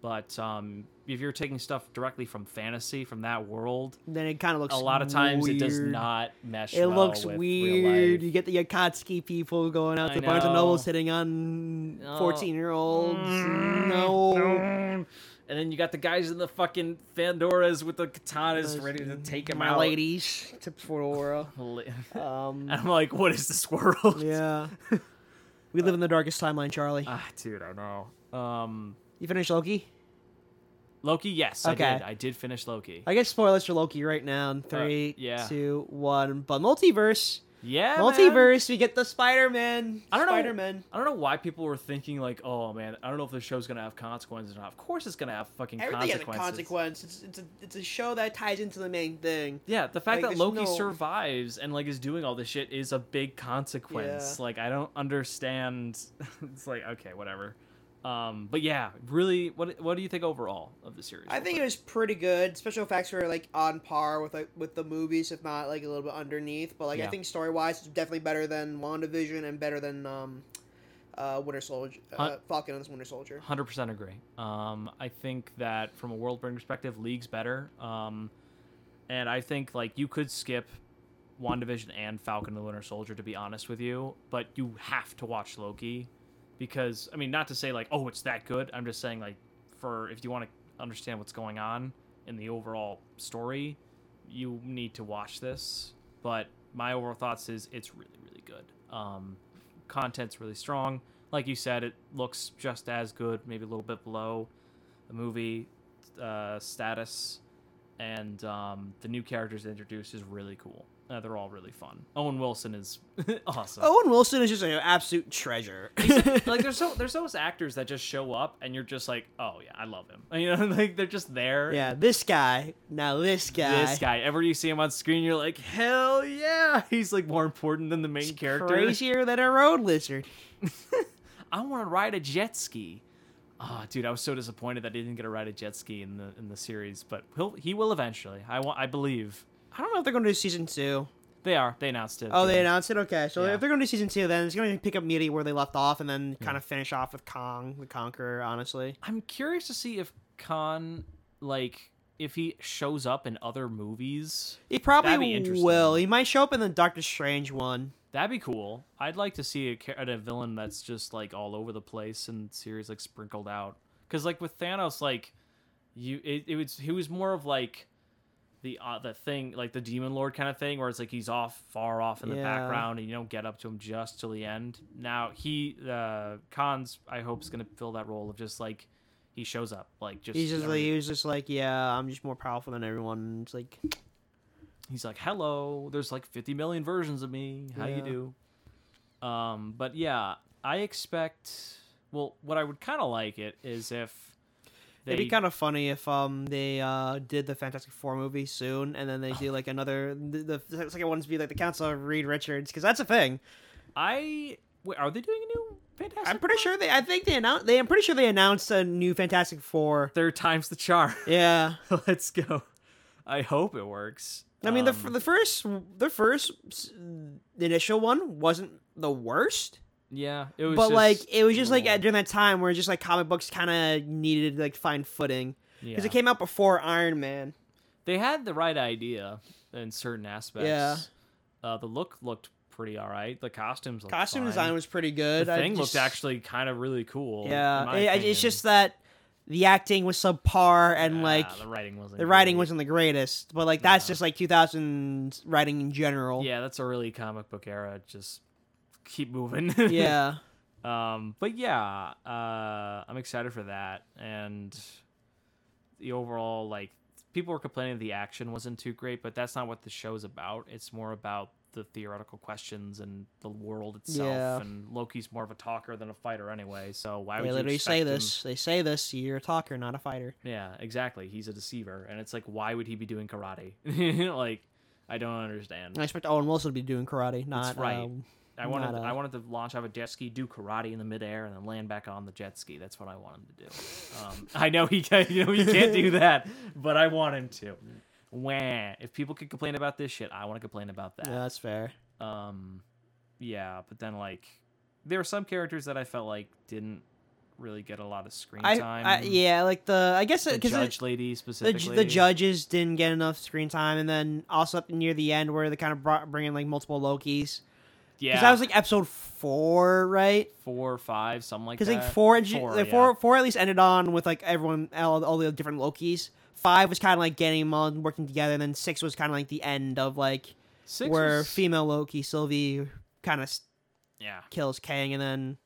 S2: But um if you're taking stuff directly from fantasy from that world,
S1: Then it kind of looks
S2: a lot of times it does
S1: weird.
S2: not mesh
S1: It
S2: well
S1: looks
S2: with real
S1: weird.
S2: life.
S1: You get the Yakatsuki people going out
S2: I
S1: to Barnes and Nobles
S2: know.
S1: hitting on
S2: No.
S1: fourteen-year-olds.
S2: Mm,
S1: No.
S2: And then you got the guys in the fucking Fandoras with the katanas
S1: Those-
S2: ready to take him
S1: My
S2: out.
S1: ladies to Fedora.
S2: Li-
S1: Um,
S2: And I'm like, what is this world?
S1: yeah. we live in the darkest timeline, Charlie.
S2: Ah, dude, I know. Um,
S1: you finished Loki?
S2: Loki, yes, I
S1: Okay.
S2: did. I did finish Loki.
S1: I guess spoilers for Loki right now in three, two, one.
S2: yeah.
S1: But multiverse,
S2: yeah, man.
S1: multiverse, we get the Spider Man.
S2: I don't know-
S1: Spider Man.
S2: I don't know why people were thinking like, oh man, I don't know if the show's gonna have consequences or not. Of course, it's gonna have fucking
S1: Everything has a
S2: consequences.
S1: consequence. It's, it's a it's a show that ties into the main thing.
S2: Yeah, the fact
S1: Like,
S2: that
S1: there's
S2: Loki
S1: no-
S2: survives and like is doing all this shit is a big consequence.
S1: Yeah.
S2: Like I don't understand. it's like okay, whatever. Um, but yeah, really, what what do you think overall of the series?
S1: I think it was pretty good. Special effects were like on par with like with the movies, if not like a little bit underneath. But like
S2: Yeah.
S1: I think story wise, it's definitely better than WandaVision and better than um, uh, Winter Soldier, uh,
S2: Hun-
S1: Falcon and the Winter Soldier.
S2: Hundred percent agree. Um, I think that from a world building perspective, League's better. Um, and I think like you could skip WandaVision and Falcon and the Winter Soldier to be honest with you, but you have to watch Loki because I mean, not to say like oh it's that good. I'm just saying like for if you want to understand what's going on in the overall story, you need to watch this. But my overall thoughts is it's really really good. Um, content's really strong. Like you said, it looks just as good, maybe a little bit below the movie uh, status. And um, the new characters introduced is really cool. Uh, they're all really fun. Owen Wilson is awesome.
S1: Owen Wilson is just an absolute treasure.
S2: like there's so there's those actors that just show up and you're just like, oh yeah, I love him. You know, like they're just there.
S1: yeah, this guy. Now this guy.
S2: This guy, ever you see him on screen, you're like, hell yeah! He's like more important than the main character.
S1: Crazier than a road lizard.
S2: I want to ride a jet ski. Ah, dude, I was so disappointed that he didn't get to ride a jet ski in the in the series, but he'll he will eventually. I want, I believe
S1: I don't know if they're going to do season two.
S2: they are. They announced it.
S1: Oh, they announced it. Okay, so
S2: Yeah. Hmm.
S1: if they're going to do season two, then it's going to pick up immediately where they left off, and then kind of finish off with Kong the Conqueror. Honestly,
S2: I'm curious to see if Khan like if he shows up in other movies.
S1: he
S2: That'd be
S1: probably
S2: interesting.
S1: will. He might show up in the Doctor Strange one.
S2: That'd be cool. I'd like to see a, cha- a villain that's just like all over the place and series like sprinkled out. Because like with Thanos, like you, it, it was he was more of like the uh, the thing like the demon lord kind of thing, where it's like he's off far off in the
S1: Yeah.
S2: background and you don't get up to him just till the end. Now he, uh, Khan's, I hope is gonna fill that role of just like he shows up like just
S1: He's just like,
S2: every-
S1: he was just like, yeah, I'm just more powerful than everyone. It's like,
S2: he's like, "Hello, there's like 50 million versions of me. How
S1: Yeah.
S2: you do?" Um, but yeah, I expect. Well, what I would kind of like it is if they
S1: it'd be kind of funny if um they uh did the Fantastic Four movie soon, and then they
S2: Oh.
S1: do like another the, the second one's be like the Council of Reed Richards because that's a thing.
S2: I wait, are they doing a new Fantastic?
S1: I'm pretty
S2: Four?
S1: sure they. I think they announced. They, I'm pretty sure they announced a new Fantastic Four.
S2: third time's the charm.
S1: Yeah.
S2: Let's go. I hope it works.
S1: I mean, the
S2: Um,
S1: the the first the first s- the initial one wasn't the worst,
S2: yeah, it was.
S1: but
S2: just
S1: like it was just like
S2: little-
S1: at- during that time where just like comic books kind of needed to like find footing because
S2: yeah.
S1: it came out before Iron Man.
S2: they had the right idea in certain aspects.
S1: Yeah.
S2: Uh, the look looked pretty all right. The costumes looked
S1: Costume
S2: fine.
S1: design was pretty good.
S2: The
S1: I
S2: thing
S1: just-
S2: looked actually kind of really cool. in
S1: yeah.
S2: my
S1: It- I-
S2: opinion.
S1: it's just that the acting was subpar and
S2: Yeah,
S1: like
S2: the writing wasn't.
S1: the writing
S2: great.
S1: wasn't the greatest, but like that's
S2: Yeah.
S1: just like 2000 writing in general.
S2: Yeah, that's a really comic book era. Just keep moving.
S1: yeah.
S2: Um, but yeah, uh, I'm excited for that. And the overall, like, people were complaining the action wasn't too great, but that's not what the show's about. It's more about the theoretical questions and the world itself.
S1: Yeah.
S2: And Loki's more of a talker than a fighter anyway. So why would
S1: They
S2: you
S1: literally say
S2: expect him-
S1: this. They say this. You're a talker, not a fighter.
S2: Yeah, exactly. He's a deceiver, and it's like, why would he be doing karate? like, I don't understand.
S1: And I expect Owen Wilson to be doing karate, not
S2: right.
S1: um,
S2: I wanted
S1: Not a-
S2: I wanted to launch off a jet ski, do karate in the midair, and then land back on the jet ski. That's what I want him to do. Um, I know he can, you know he can't do that, but I want him to. Wah. If people could complain about this shit, I want to complain about that.
S1: yeah, that's fair.
S2: Um, yeah, but then like there were some characters that I felt like didn't really get a lot of screen
S1: I,
S2: time.
S1: I yeah, like the I guess
S2: the
S1: because
S2: judge lady
S1: the,
S2: specifically.
S1: ju- the judges didn't get enough screen time, and then also up near the end where they kind of brought bring in like multiple Lokis.
S2: yeah,
S1: Because that was like episode four, right?
S2: four or five, something like
S1: Because
S2: that.
S1: like four, and four,
S2: Four,
S1: like,
S2: yeah.
S1: four, four at least ended on with like everyone all, all the different Lokis. Five was kind of like getting them all working together, and then six was kind of like the end of like
S2: Six
S1: where
S2: was-
S1: female Loki Sylvie kind of
S2: yeah.
S1: kills Kang, and then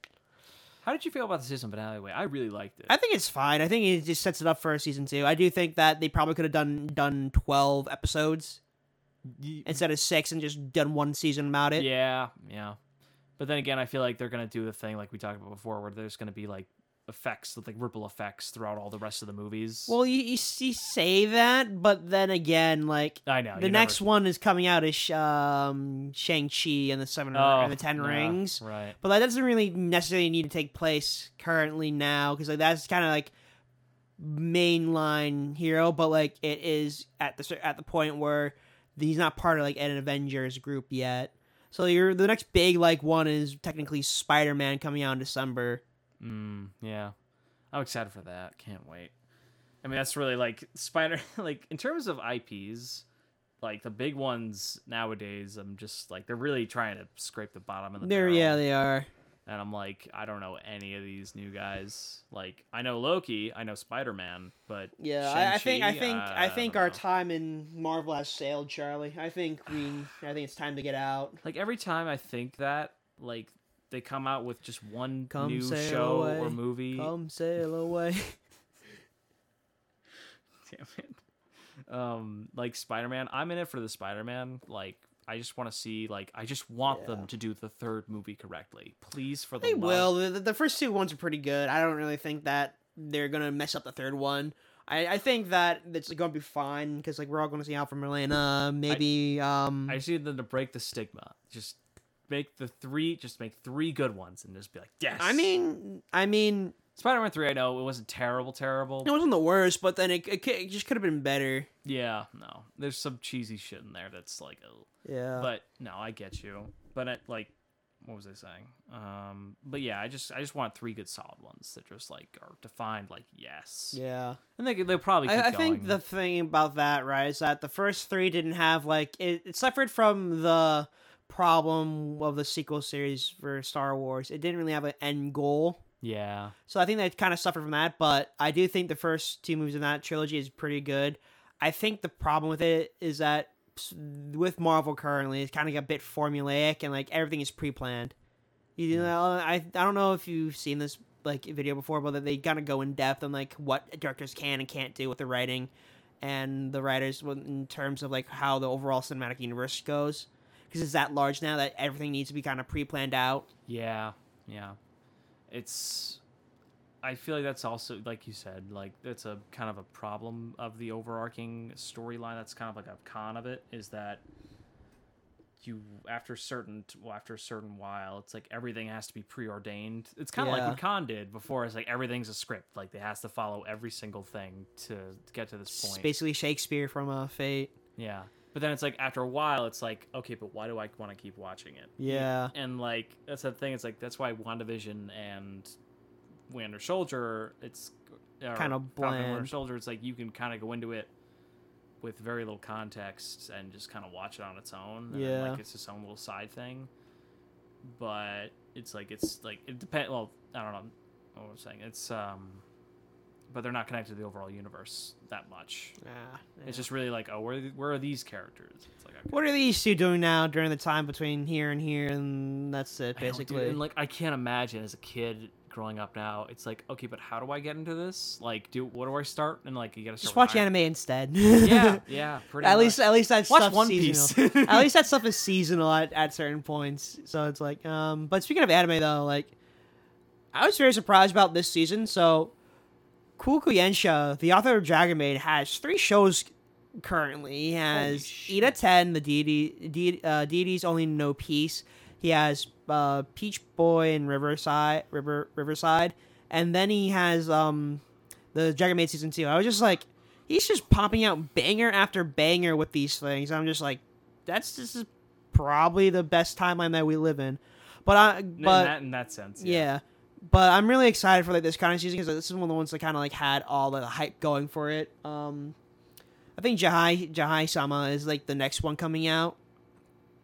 S2: How did you feel about the season finale? Way I really liked it.
S1: I think it's fine. I think it just sets it up for season two. I do think that they probably could have done done twelve episodes
S2: Mm-hmm. Ye-
S1: instead of six and just done one season about it.
S2: Yeah, yeah. But then again, I feel like they're gonna do the thing like we talked about before, where there's gonna be like effects, like ripple effects throughout all the rest of the movies.
S1: Well, you, you see, say that, but then again, like
S2: I know
S1: the
S2: Oh, you
S1: next
S2: never-
S1: one is coming out is um, Shang Chi and the Seven
S2: Oh,
S1: and the Ten
S2: yeah,
S1: Rings,
S2: right?
S1: but that doesn't really necessarily need to take place currently now because like that's kind of like mainline hero, but like it is at the cer- at the point where he's not part of like an Avengers group yet. So you're the next big like one is technically Spider Man coming out in December.
S2: Mm, yeah, I'm excited for that. Can't wait. I mean, that's really like Spider. Like in terms of IPs, like the big ones nowadays, I'm just like they're really trying to scrape the bottom of the
S1: There,
S2: barrel.
S1: yeah, they are.
S2: and I'm like, I don't know any of these new guys. Like, I know Loki, I know Spider Man, but
S1: Yeah, I, I think I
S2: Shang-Chi,
S1: think
S2: uh,
S1: I think
S2: don't
S1: our
S2: know.
S1: time in Marvel has sailed, Charlie. I think we I think it's time to get out.
S2: like every time I think that, like they come out with just one
S1: Come
S2: new
S1: sail
S2: show
S1: away,
S2: or movie.
S1: Come sail away.
S2: Damn it. Um, like Spider Man, I'm in it for the Spider Man. Like, I just want to see. Like, I just want
S1: Yeah.
S2: them to do the third movie correctly, please. For the
S1: They
S2: love-
S1: will. The, the first two ones are pretty good. I don't really think that they're gonna mess up the third one. I, I think that it's gonna be fine because like we're all gonna see Alfred Molina. Maybe um
S2: I just need them to break the stigma. Just make the three. Just make three good ones, and just be like, yes.
S1: I mean I mean
S2: Spider-Man Three. I know it wasn't terrible, terrible.
S1: it wasn't the worst, but then it it, ca- it just could have been better.
S2: Yeah, no. There's some cheesy shit in there that's like, oh.
S1: Yeah.
S2: but no, I get you. But I, like, what was I saying? Um, but yeah, I just I just want three good solid ones that just like are defined like yes.
S1: yeah.
S2: And they they'll probably. Keep
S1: I, I
S2: going.
S1: think the thing about that, right, is that the first three didn't have like it, it suffered from the problem of the sequel series for Star Wars. It didn't really have an end goal.
S2: yeah
S1: So I think they kind of suffered from that, but I do think the first two movies in that trilogy is pretty good. I think the problem with it is that s- with Marvel currently, it's kind of a bit formulaic and like everything is pre-planned. You know, I I don't know if you've seen this like video before, but they kind of go in depth on like what directors can and can't do with the writing and the writers when- in terms of like how the overall cinematic universe goes because it's that large now that everything needs to be kind of pre-planned out.
S2: yeah yeah. It's. I feel like that's also like you said, like that's a kind of a problem of the overarching storyline. That's kind of like a con of it is that you after certain well after a certain while it's like everything has to be preordained it's kind of like
S1: Yeah.
S2: what khan did before it's like everything's a script like it has to follow every single thing to to get to this
S1: It's
S2: point
S1: basically Shakespeare from uh, Fate.
S2: yeah but then it's like after a while it's like okay but why do i want to keep watching it
S1: Yeah.
S2: and like that's the thing it's like that's why wandavision and winter soldier it's or
S1: Kinda
S2: Falcon and Winter
S1: bland.
S2: soldier it's like you can kind of go into it with very little context and just kind of watch it on its own and then,
S1: Yeah.
S2: like it's its own little side thing but it's like it's like it depends well i don't know what i'm saying it's um but they're not connected to the overall universe that much
S1: Ah, yeah.
S2: it's just really like oh where, where are these characters it's like okay.
S1: What are these two doing now during the time between here and here, and that's it,
S2: I know, dude,
S1: basically.
S2: and like I can't imagine as a kid growing up now, it's like, okay, but how do I get into this? Like, do what do I start? And like you gotta
S1: just
S2: start
S1: watch
S2: with Iron-
S1: anime instead.
S2: Yeah, yeah, pretty
S1: at
S2: much.
S1: least, at least that
S2: watch
S1: stuff's
S2: One
S1: seasonal.
S2: Piece.
S1: at least that stuff is seasonal at, at certain points. So it's like, um, but speaking of anime though, like, I was very surprised about this season. So, Kuku Yensha, the author of Dragon Maid, has three shows currently. He has
S2: shit.
S1: Ida 10, the deity, de- uh, deities only no peace. He has uh, Peach Boy and Riverside, River Riverside, and then he has um, the Dragon Maid season two. I was just like, he's just popping out banger after banger with these things. I'm just like, that's this is probably the best timeline that we live in. But I
S2: in,
S1: but
S2: that, in that sense,
S1: yeah. But I'm really excited for like this kind of season because this is one of the ones that kind of like had all the hype going for it. Um, I think Jahai Jahai Sama is like the next one coming out.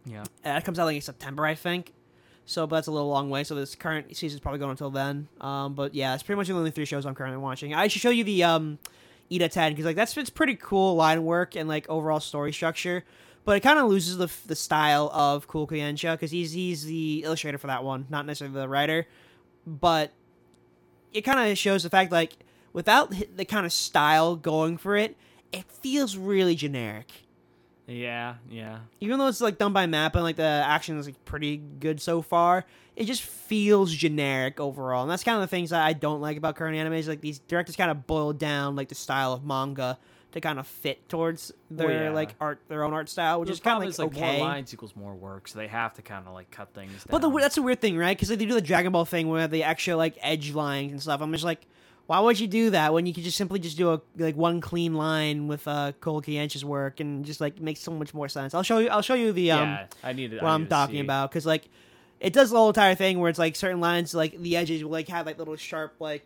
S2: yeah.
S1: Uh, It comes out like in September, I think. So, but that's a little long way. So this current season's probably going until then. Um, but yeah, it's pretty much the only three shows I'm currently watching. I should show you the um, Ida Ten because like that's it's pretty cool line work and like overall story structure. But it kind of loses the, the style of Cool Kuyensha because he's he's the illustrator for that one, not necessarily the writer. But it kind of shows the fact like without hi- the kind of style going for it, it feels really generic
S2: Yeah, yeah.
S1: even though it's like done by map and like the action is like pretty good so far, it just feels generic overall. And that's kind of the things that I don't like about current animes. Like these directors kind of boil down like the style of manga to kind of fit towards their
S2: Well, yeah.
S1: like art, their own art style, which
S2: The
S1: is kind
S2: problem
S1: of
S2: is,
S1: like, okay.
S2: more lines equals more work, so they have to kind of like cut things.
S1: But the,
S2: down.
S1: that's a weird thing, right? Because like, they do the Dragon Ball thing where they extra like edge lines and stuff. I'm just like, why would you do that when you could just simply just do a like one clean line with uh, Cole Kiench's work and just like makes so much more sense. I'll show you. I'll show you the um,
S2: yeah, I need to- I
S1: what
S2: need
S1: I'm
S2: to
S1: talking
S2: see.
S1: about because like it does the whole entire thing where it's like certain lines like the edges will like have like little sharp like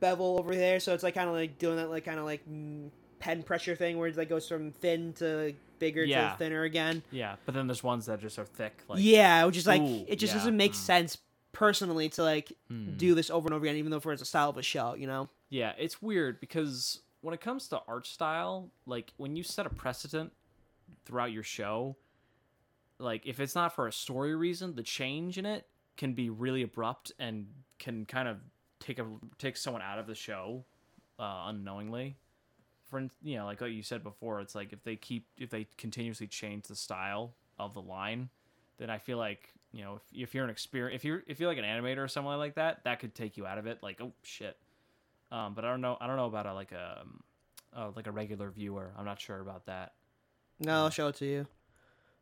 S1: bevel over there so it's like kind of like doing that like kind of like mm, pen pressure thing where it like goes from thin to bigger
S2: Yeah.
S1: to thinner again
S2: Yeah, but then there's ones that just are thick. Like,
S1: yeah which is like
S2: ooh,
S1: it just
S2: yeah,
S1: doesn't make
S2: mm.
S1: sense personally to like
S2: hmm.
S1: do this over and over again even though for it's a style of a show you know
S2: Yeah, it's weird because when it comes to art style, like when you set a precedent throughout your show, like if it's not for a story reason, the change in it can be really abrupt and can kind of take a take someone out of the show uh, unknowingly. For in- you know, like what you said before, it's like if they keep if they continuously change the style of the line, then I feel like you know if, if you're an experience if you're if you're like an animator or someone like that, that could take you out of it. Like oh shit, um, but I don't know. I don't know about a, like a um, uh, like a regular viewer. I'm not sure about that.
S1: no "Oh, i'll show it to you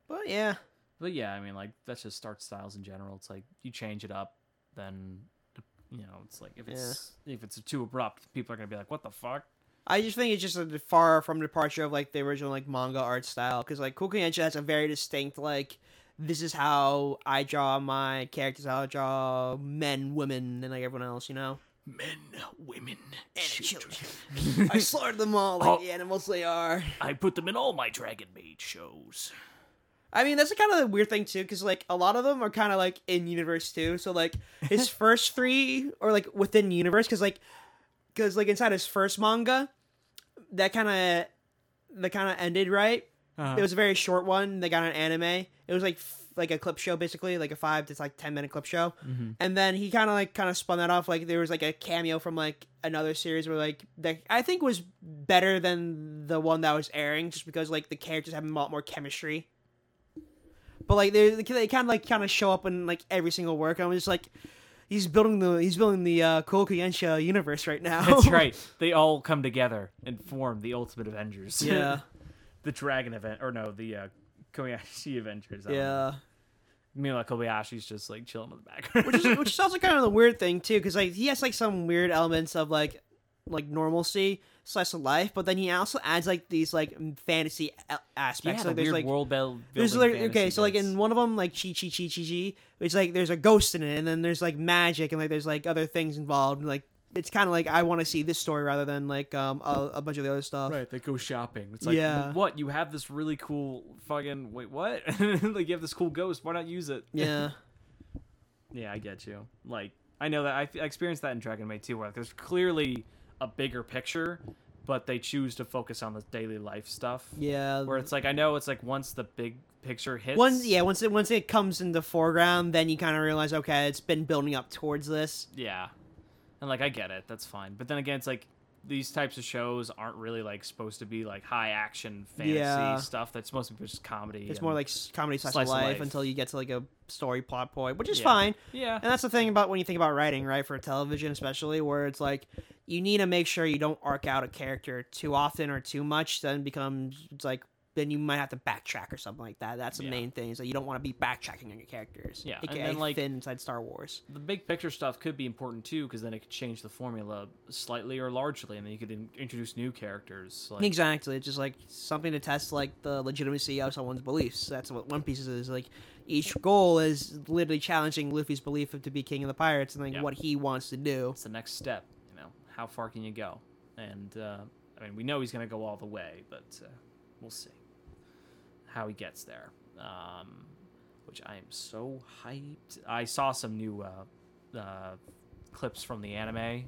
S1: but yeah
S2: But yeah, I mean, like that's just art styles in general. It's like you change it up, then you know, it's like if
S1: Yeah.
S2: it's if it's too abrupt, people are gonna be like, "What the fuck?"
S1: I just think it's just a far from departure of like the original like manga art style because like Kukuyancha has a very distinct like this is how I draw my characters. I'll draw men, women, and like everyone else, you know.
S2: Men, women,
S1: And children. I slaughtered them all like
S2: Oh.
S1: the animals they are.
S2: I put them in all my Dragon Maid shows.
S1: I mean, that's kind of the weird thing too, because like a lot of them are kind of like in universe too. So like his first three or like within universe, because like because like inside his first manga, that kind of that kind of ended right.
S2: Uh-huh.
S1: It was a very short one. They got an anime. It was like f- like a clip show, basically, like a five to like ten minute clip show.
S2: Mhm.
S1: And then he kind of like kind of spun that off. Like there was like a cameo from like another series where like that I think was better than the one that was airing, just because like the characters have a lot more chemistry. But like they they kind of like kind of show up in like every single work. I was just like, he's building the he's building the uh, Kokuyensha universe right now.
S2: That's right. They all come together and form the Ultimate Avengers.
S1: yeah.
S2: the Dragon event, or no, the uh, Kobayashi Avengers. I don't know.
S1: Yeah.
S2: Meanwhile, Kobayashi's just like chilling in the background.
S1: which is which is also kind of the weird thing too, because like he has like some weird elements of like like normalcy slash life, but then he also adds like these like m- fantasy a-
S3: Yeah,
S1: aspects.
S3: the
S1: like there's
S3: weird
S1: like
S3: world build.
S1: there's
S3: building
S1: like okay,
S3: fantasy
S1: so like
S3: bits.
S1: in one of them like chi chi chi chi chi, it's like there's a ghost in it, and then there's like magic, and like there's like other things involved. and, Like it's kind of like I want to see this story rather than like um a, a bunch of the other stuff.
S2: Right, they go shopping. It's like,
S1: Yeah.
S2: what? You have this really cool fucking wait, what? like you have this cool ghost. Why not use it?
S1: Yeah.
S2: yeah, I get you. Like I know that I, I experienced that in Dragon Maid too, where like, there's clearly a bigger picture, but they choose to focus on the daily life stuff.
S1: Yeah.
S2: Where it's like I know it's like once the big picture hits.
S1: Once yeah, once it once it comes in the foreground, then you kind of realize okay, it's been building up towards this.
S2: Yeah. And like I get it, that's fine. But then again, it's like these types of shows aren't really like supposed to be like high action fantasy
S1: Yeah.
S2: stuff. That's supposed to be just comedy.
S1: It's
S2: and-
S1: more like s- comedy slash
S2: slice
S1: life,
S2: of life.
S1: until you get to like a story plot point, which is
S2: Yeah.
S1: fine.
S2: yeah,
S1: And that's the thing about when you think about writing, right, for television especially, where it's like you need to make sure you don't arc out a character too often or too much, then it becomes it's like then you might have to backtrack or something like that. That's the
S2: Yeah.
S1: main thing is that you don't want to be backtracking on your characters.
S2: Yeah, and
S1: AKA
S2: then, like-
S1: Finn inside Star Wars.
S2: the big picture stuff could be important too because then it could change the formula slightly or largely and then you could in- introduce new characters like
S1: exactly. It's just like something to test like the legitimacy of someone's beliefs. That's what One Piece is. Like each goal is literally challenging Luffy's belief of to be king of the pirates and like
S2: Yeah.
S1: what he wants to do.
S2: it's the next step you know how far can you go and uh, i mean we know he's going to go all the way but uh, we'll see how he gets there um, which i am so hyped i saw some new uh, uh, clips from the anime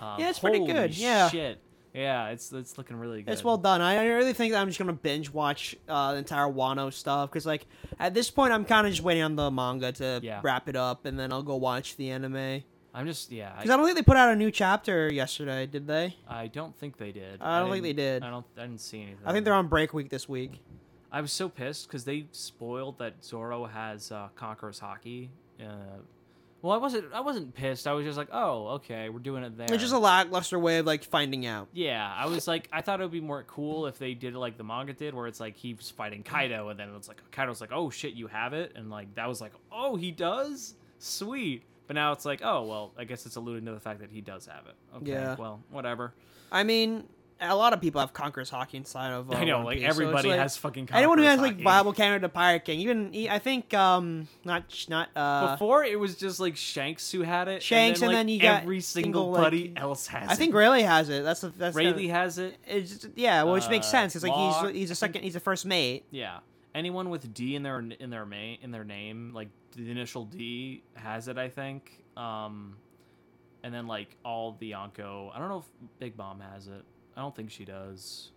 S2: um,
S1: Yeah, it's pretty
S2: holy
S1: good, yeah.
S2: shit yeah it's it's looking really good
S1: It's well done. I, I really think that I'm just gonna binge watch uh, the entire Wano stuff because, like, at this point, I'm kind of just waiting on the manga to
S2: Yeah.
S1: wrap it up, and then I'll go watch the anime.
S2: i'm just yeah I-
S1: Because I, don't think they put out a new chapter yesterday, did they?
S2: I don't think they did.
S1: I don't think
S2: didn't-
S1: they did.
S2: I don't. I didn't see anything.
S1: I think they're on break week this week.
S2: I was so pissed because they spoiled that Zoro has uh, Conqueror's hockey. Uh, well, I wasn't. I wasn't pissed. I was just like, oh, okay, we're doing it there.
S1: It's just a lackluster way of like finding out.
S2: yeah, I was like, I thought it would be more cool if they did it like the manga did, where it's like he's fighting Kaido, and then it's like Kaido's like, oh shit, you have it, and like that was like, oh, he does, sweet. But now it's like, oh well, I guess it's alluding to the fact that he does have it. Okay,
S1: Yeah.
S2: well, whatever.
S1: I mean, a lot of people have Conqueror's Hockey inside of. Uh,
S2: I know,
S1: One
S2: like
S1: Piece, so it's,
S2: everybody
S1: like,
S2: has fucking.
S1: Anyone who
S2: Conqueror's
S1: has like
S2: hockey.
S1: viable candidate to Pirate King, even he- I think um not not uh
S2: Before it was just like Shanks who had it.
S1: Shanks,
S2: and
S1: and
S2: then,
S1: then you
S2: like,
S1: got
S2: every
S1: single,
S2: single
S1: like-
S2: buddy else has.
S1: I think
S2: it.
S1: Rayleigh has it. That's the that's the-
S2: Rayleigh has it.
S1: It's just, yeah, well, which makes
S2: Uh,
S1: sense. It's like
S2: Locke,
S1: he's he's
S2: I
S1: a second, he's a first mate.
S2: Yeah, anyone with D in their in their ma- in their name, like the initial D, has it. I think. Um, and then like all the Yonko. I don't know if Big Mom has it. I don't think she does.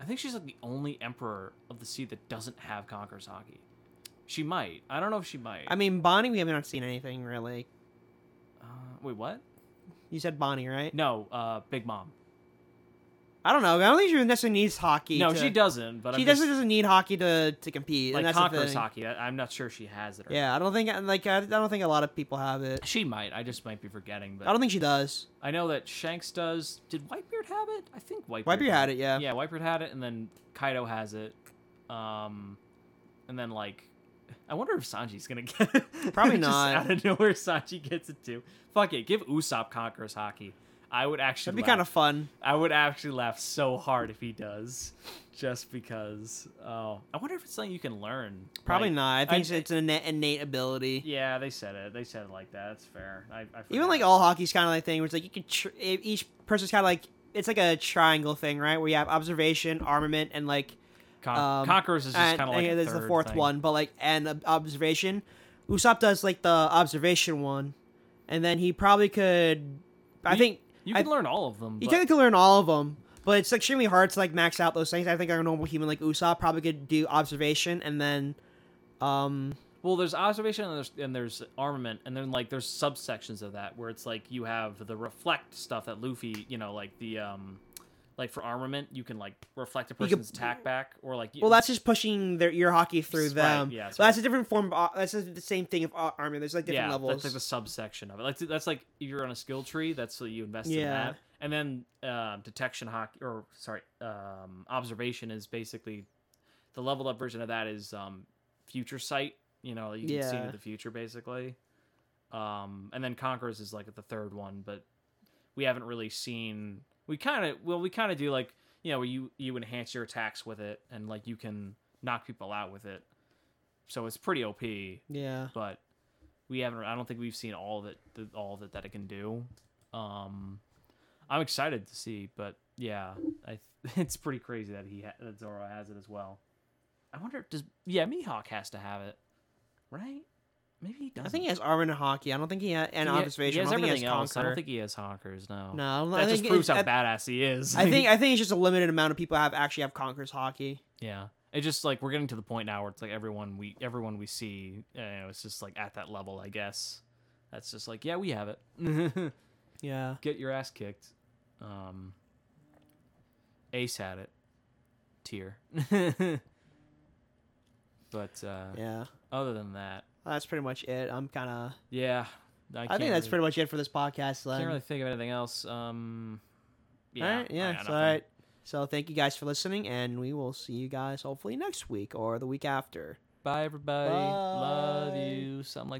S2: I think she's like the only Emperor of the Sea that doesn't have Conqueror's hockey. She might. I don't know if she might.
S1: I mean, Bonnie, we have not seen anything really.
S2: uh, wait, what?
S1: You said Bonnie, right?
S2: No, uh, Big Mom.
S1: I don't know. I don't think she necessarily needs hockey.
S2: No,
S1: to-
S2: she doesn't. But
S1: She
S2: I'm just-
S1: doesn't doesn't need hockey to to compete. and
S2: like
S1: that's the
S2: Conqueror's
S1: thing.
S2: hockey. I, I'm not sure she has it. Or
S1: Yeah, I don't think like I, I don't think a lot of people have it.
S2: she might. I just might be forgetting. But
S1: I don't think she does.
S2: I know that Shanks does. Did Whitebeard have it? I think Whitebeard.
S1: Whitebeard had it, yeah.
S2: Yeah, Whitebeard had it, and then Kaido has it. Um, and then like, I wonder if Sanji's gonna get it.
S1: Probably
S2: Just
S1: not.
S2: Out of nowhere, Sanji gets it too. Fuck it, give Usopp Conqueror's hockey. I would actually.
S1: That'd be
S2: laugh.
S1: kind of fun.
S2: I would actually laugh so hard if he does, just because. Oh, I wonder if it's something you can learn.
S1: Probably
S2: Like,
S1: not. I think
S2: I-
S1: it's, it's an innate, innate ability.
S2: Yeah, they said it. They said it like that. That's fair. I, I
S1: Even
S2: forgot.
S1: like all hockey's kind of like thing where it's like you can tr- e- each person's kind of like it's like a triangle thing, right? Where you have observation, armament, and like
S2: Con-
S1: um,
S2: Conquerors is just
S1: and-
S2: kind of
S1: and
S2: like a
S1: there's the
S2: third
S1: fourth
S2: thing.
S1: one, but like and ob- observation. Usopp does like the observation one, and then he probably could. I
S2: You-
S1: think
S2: You
S1: I-
S2: can learn all of them.
S1: you
S2: but
S1: technically learn all of them, but it's extremely hard to like max out those things. I think a normal human like Usopp probably could do observation and then, um,
S2: well, there's observation and there's and there's armament and then like there's subsections of that where it's like you have the reflect stuff that Luffy, you know, like the um, like for armament you can like reflect a
S1: You could-
S2: person's attack back or like you-
S1: well, that's just pushing their your hockey through
S2: Right,
S1: them.
S2: yeah, that's
S1: so that's a different form. Of, ar- that's just the same thing of ar- armor. There's like different
S2: yeah,
S1: levels.
S2: that's like the subsection of it. Like that's like if you're on a skill tree, that's what you invest in
S1: Yeah.
S2: that. And then um, detection hockey or sorry, um, observation is basically the leveled up version of that is um, Future Sight. You know, you can see
S1: Yeah.
S2: into the future basically. Um, and then Conquerors is like the third one, but we haven't really seen. We kind of well, we kind of do like you know, where you you enhance your attacks with it, and like you can knock people out with it. So it's pretty OP,
S1: Yeah.
S2: but we haven't. I don't think we've seen all that the, all that that it can do. Um, I'm excited to see, but yeah, I it's pretty crazy that he ha- that Zoro has it as well. I wonder does yeah Mihawk has to have it, right? Maybe he does.
S1: I think he has armor and hockey. I don't think he has, and observation. I don't think he has
S2: else. I
S1: conquer.
S2: don't think he has honkers. No,
S1: no, I don't-
S2: that
S1: I
S2: just
S1: think
S2: proves
S1: it's-
S2: how
S1: I-
S2: badass he is.
S1: I think I think it's just a limited amount of people have actually have conquerors hockey.
S2: Yeah. It just like we're getting to the point now where it's like everyone we everyone we see, you know, it's just like at that level, I guess. That's just like, yeah, we have it.
S1: Yeah.
S2: Get your ass kicked. Um Ace had it. Tier. but uh
S1: Yeah.
S2: other than that,
S1: That's pretty much it. I'm kind of.
S2: yeah.
S1: I,
S2: can't
S1: think that's
S2: really,
S1: pretty much it for this podcast. Then.
S2: can't really think of anything else. Um yeah,
S1: all right.
S2: I
S1: Yeah.
S2: got
S1: So, all
S2: nothing.
S1: right. So thank you guys for listening, and we will see you guys hopefully next week or the week after.
S2: Bye everybody. Love
S1: Bye.
S2: you. Something like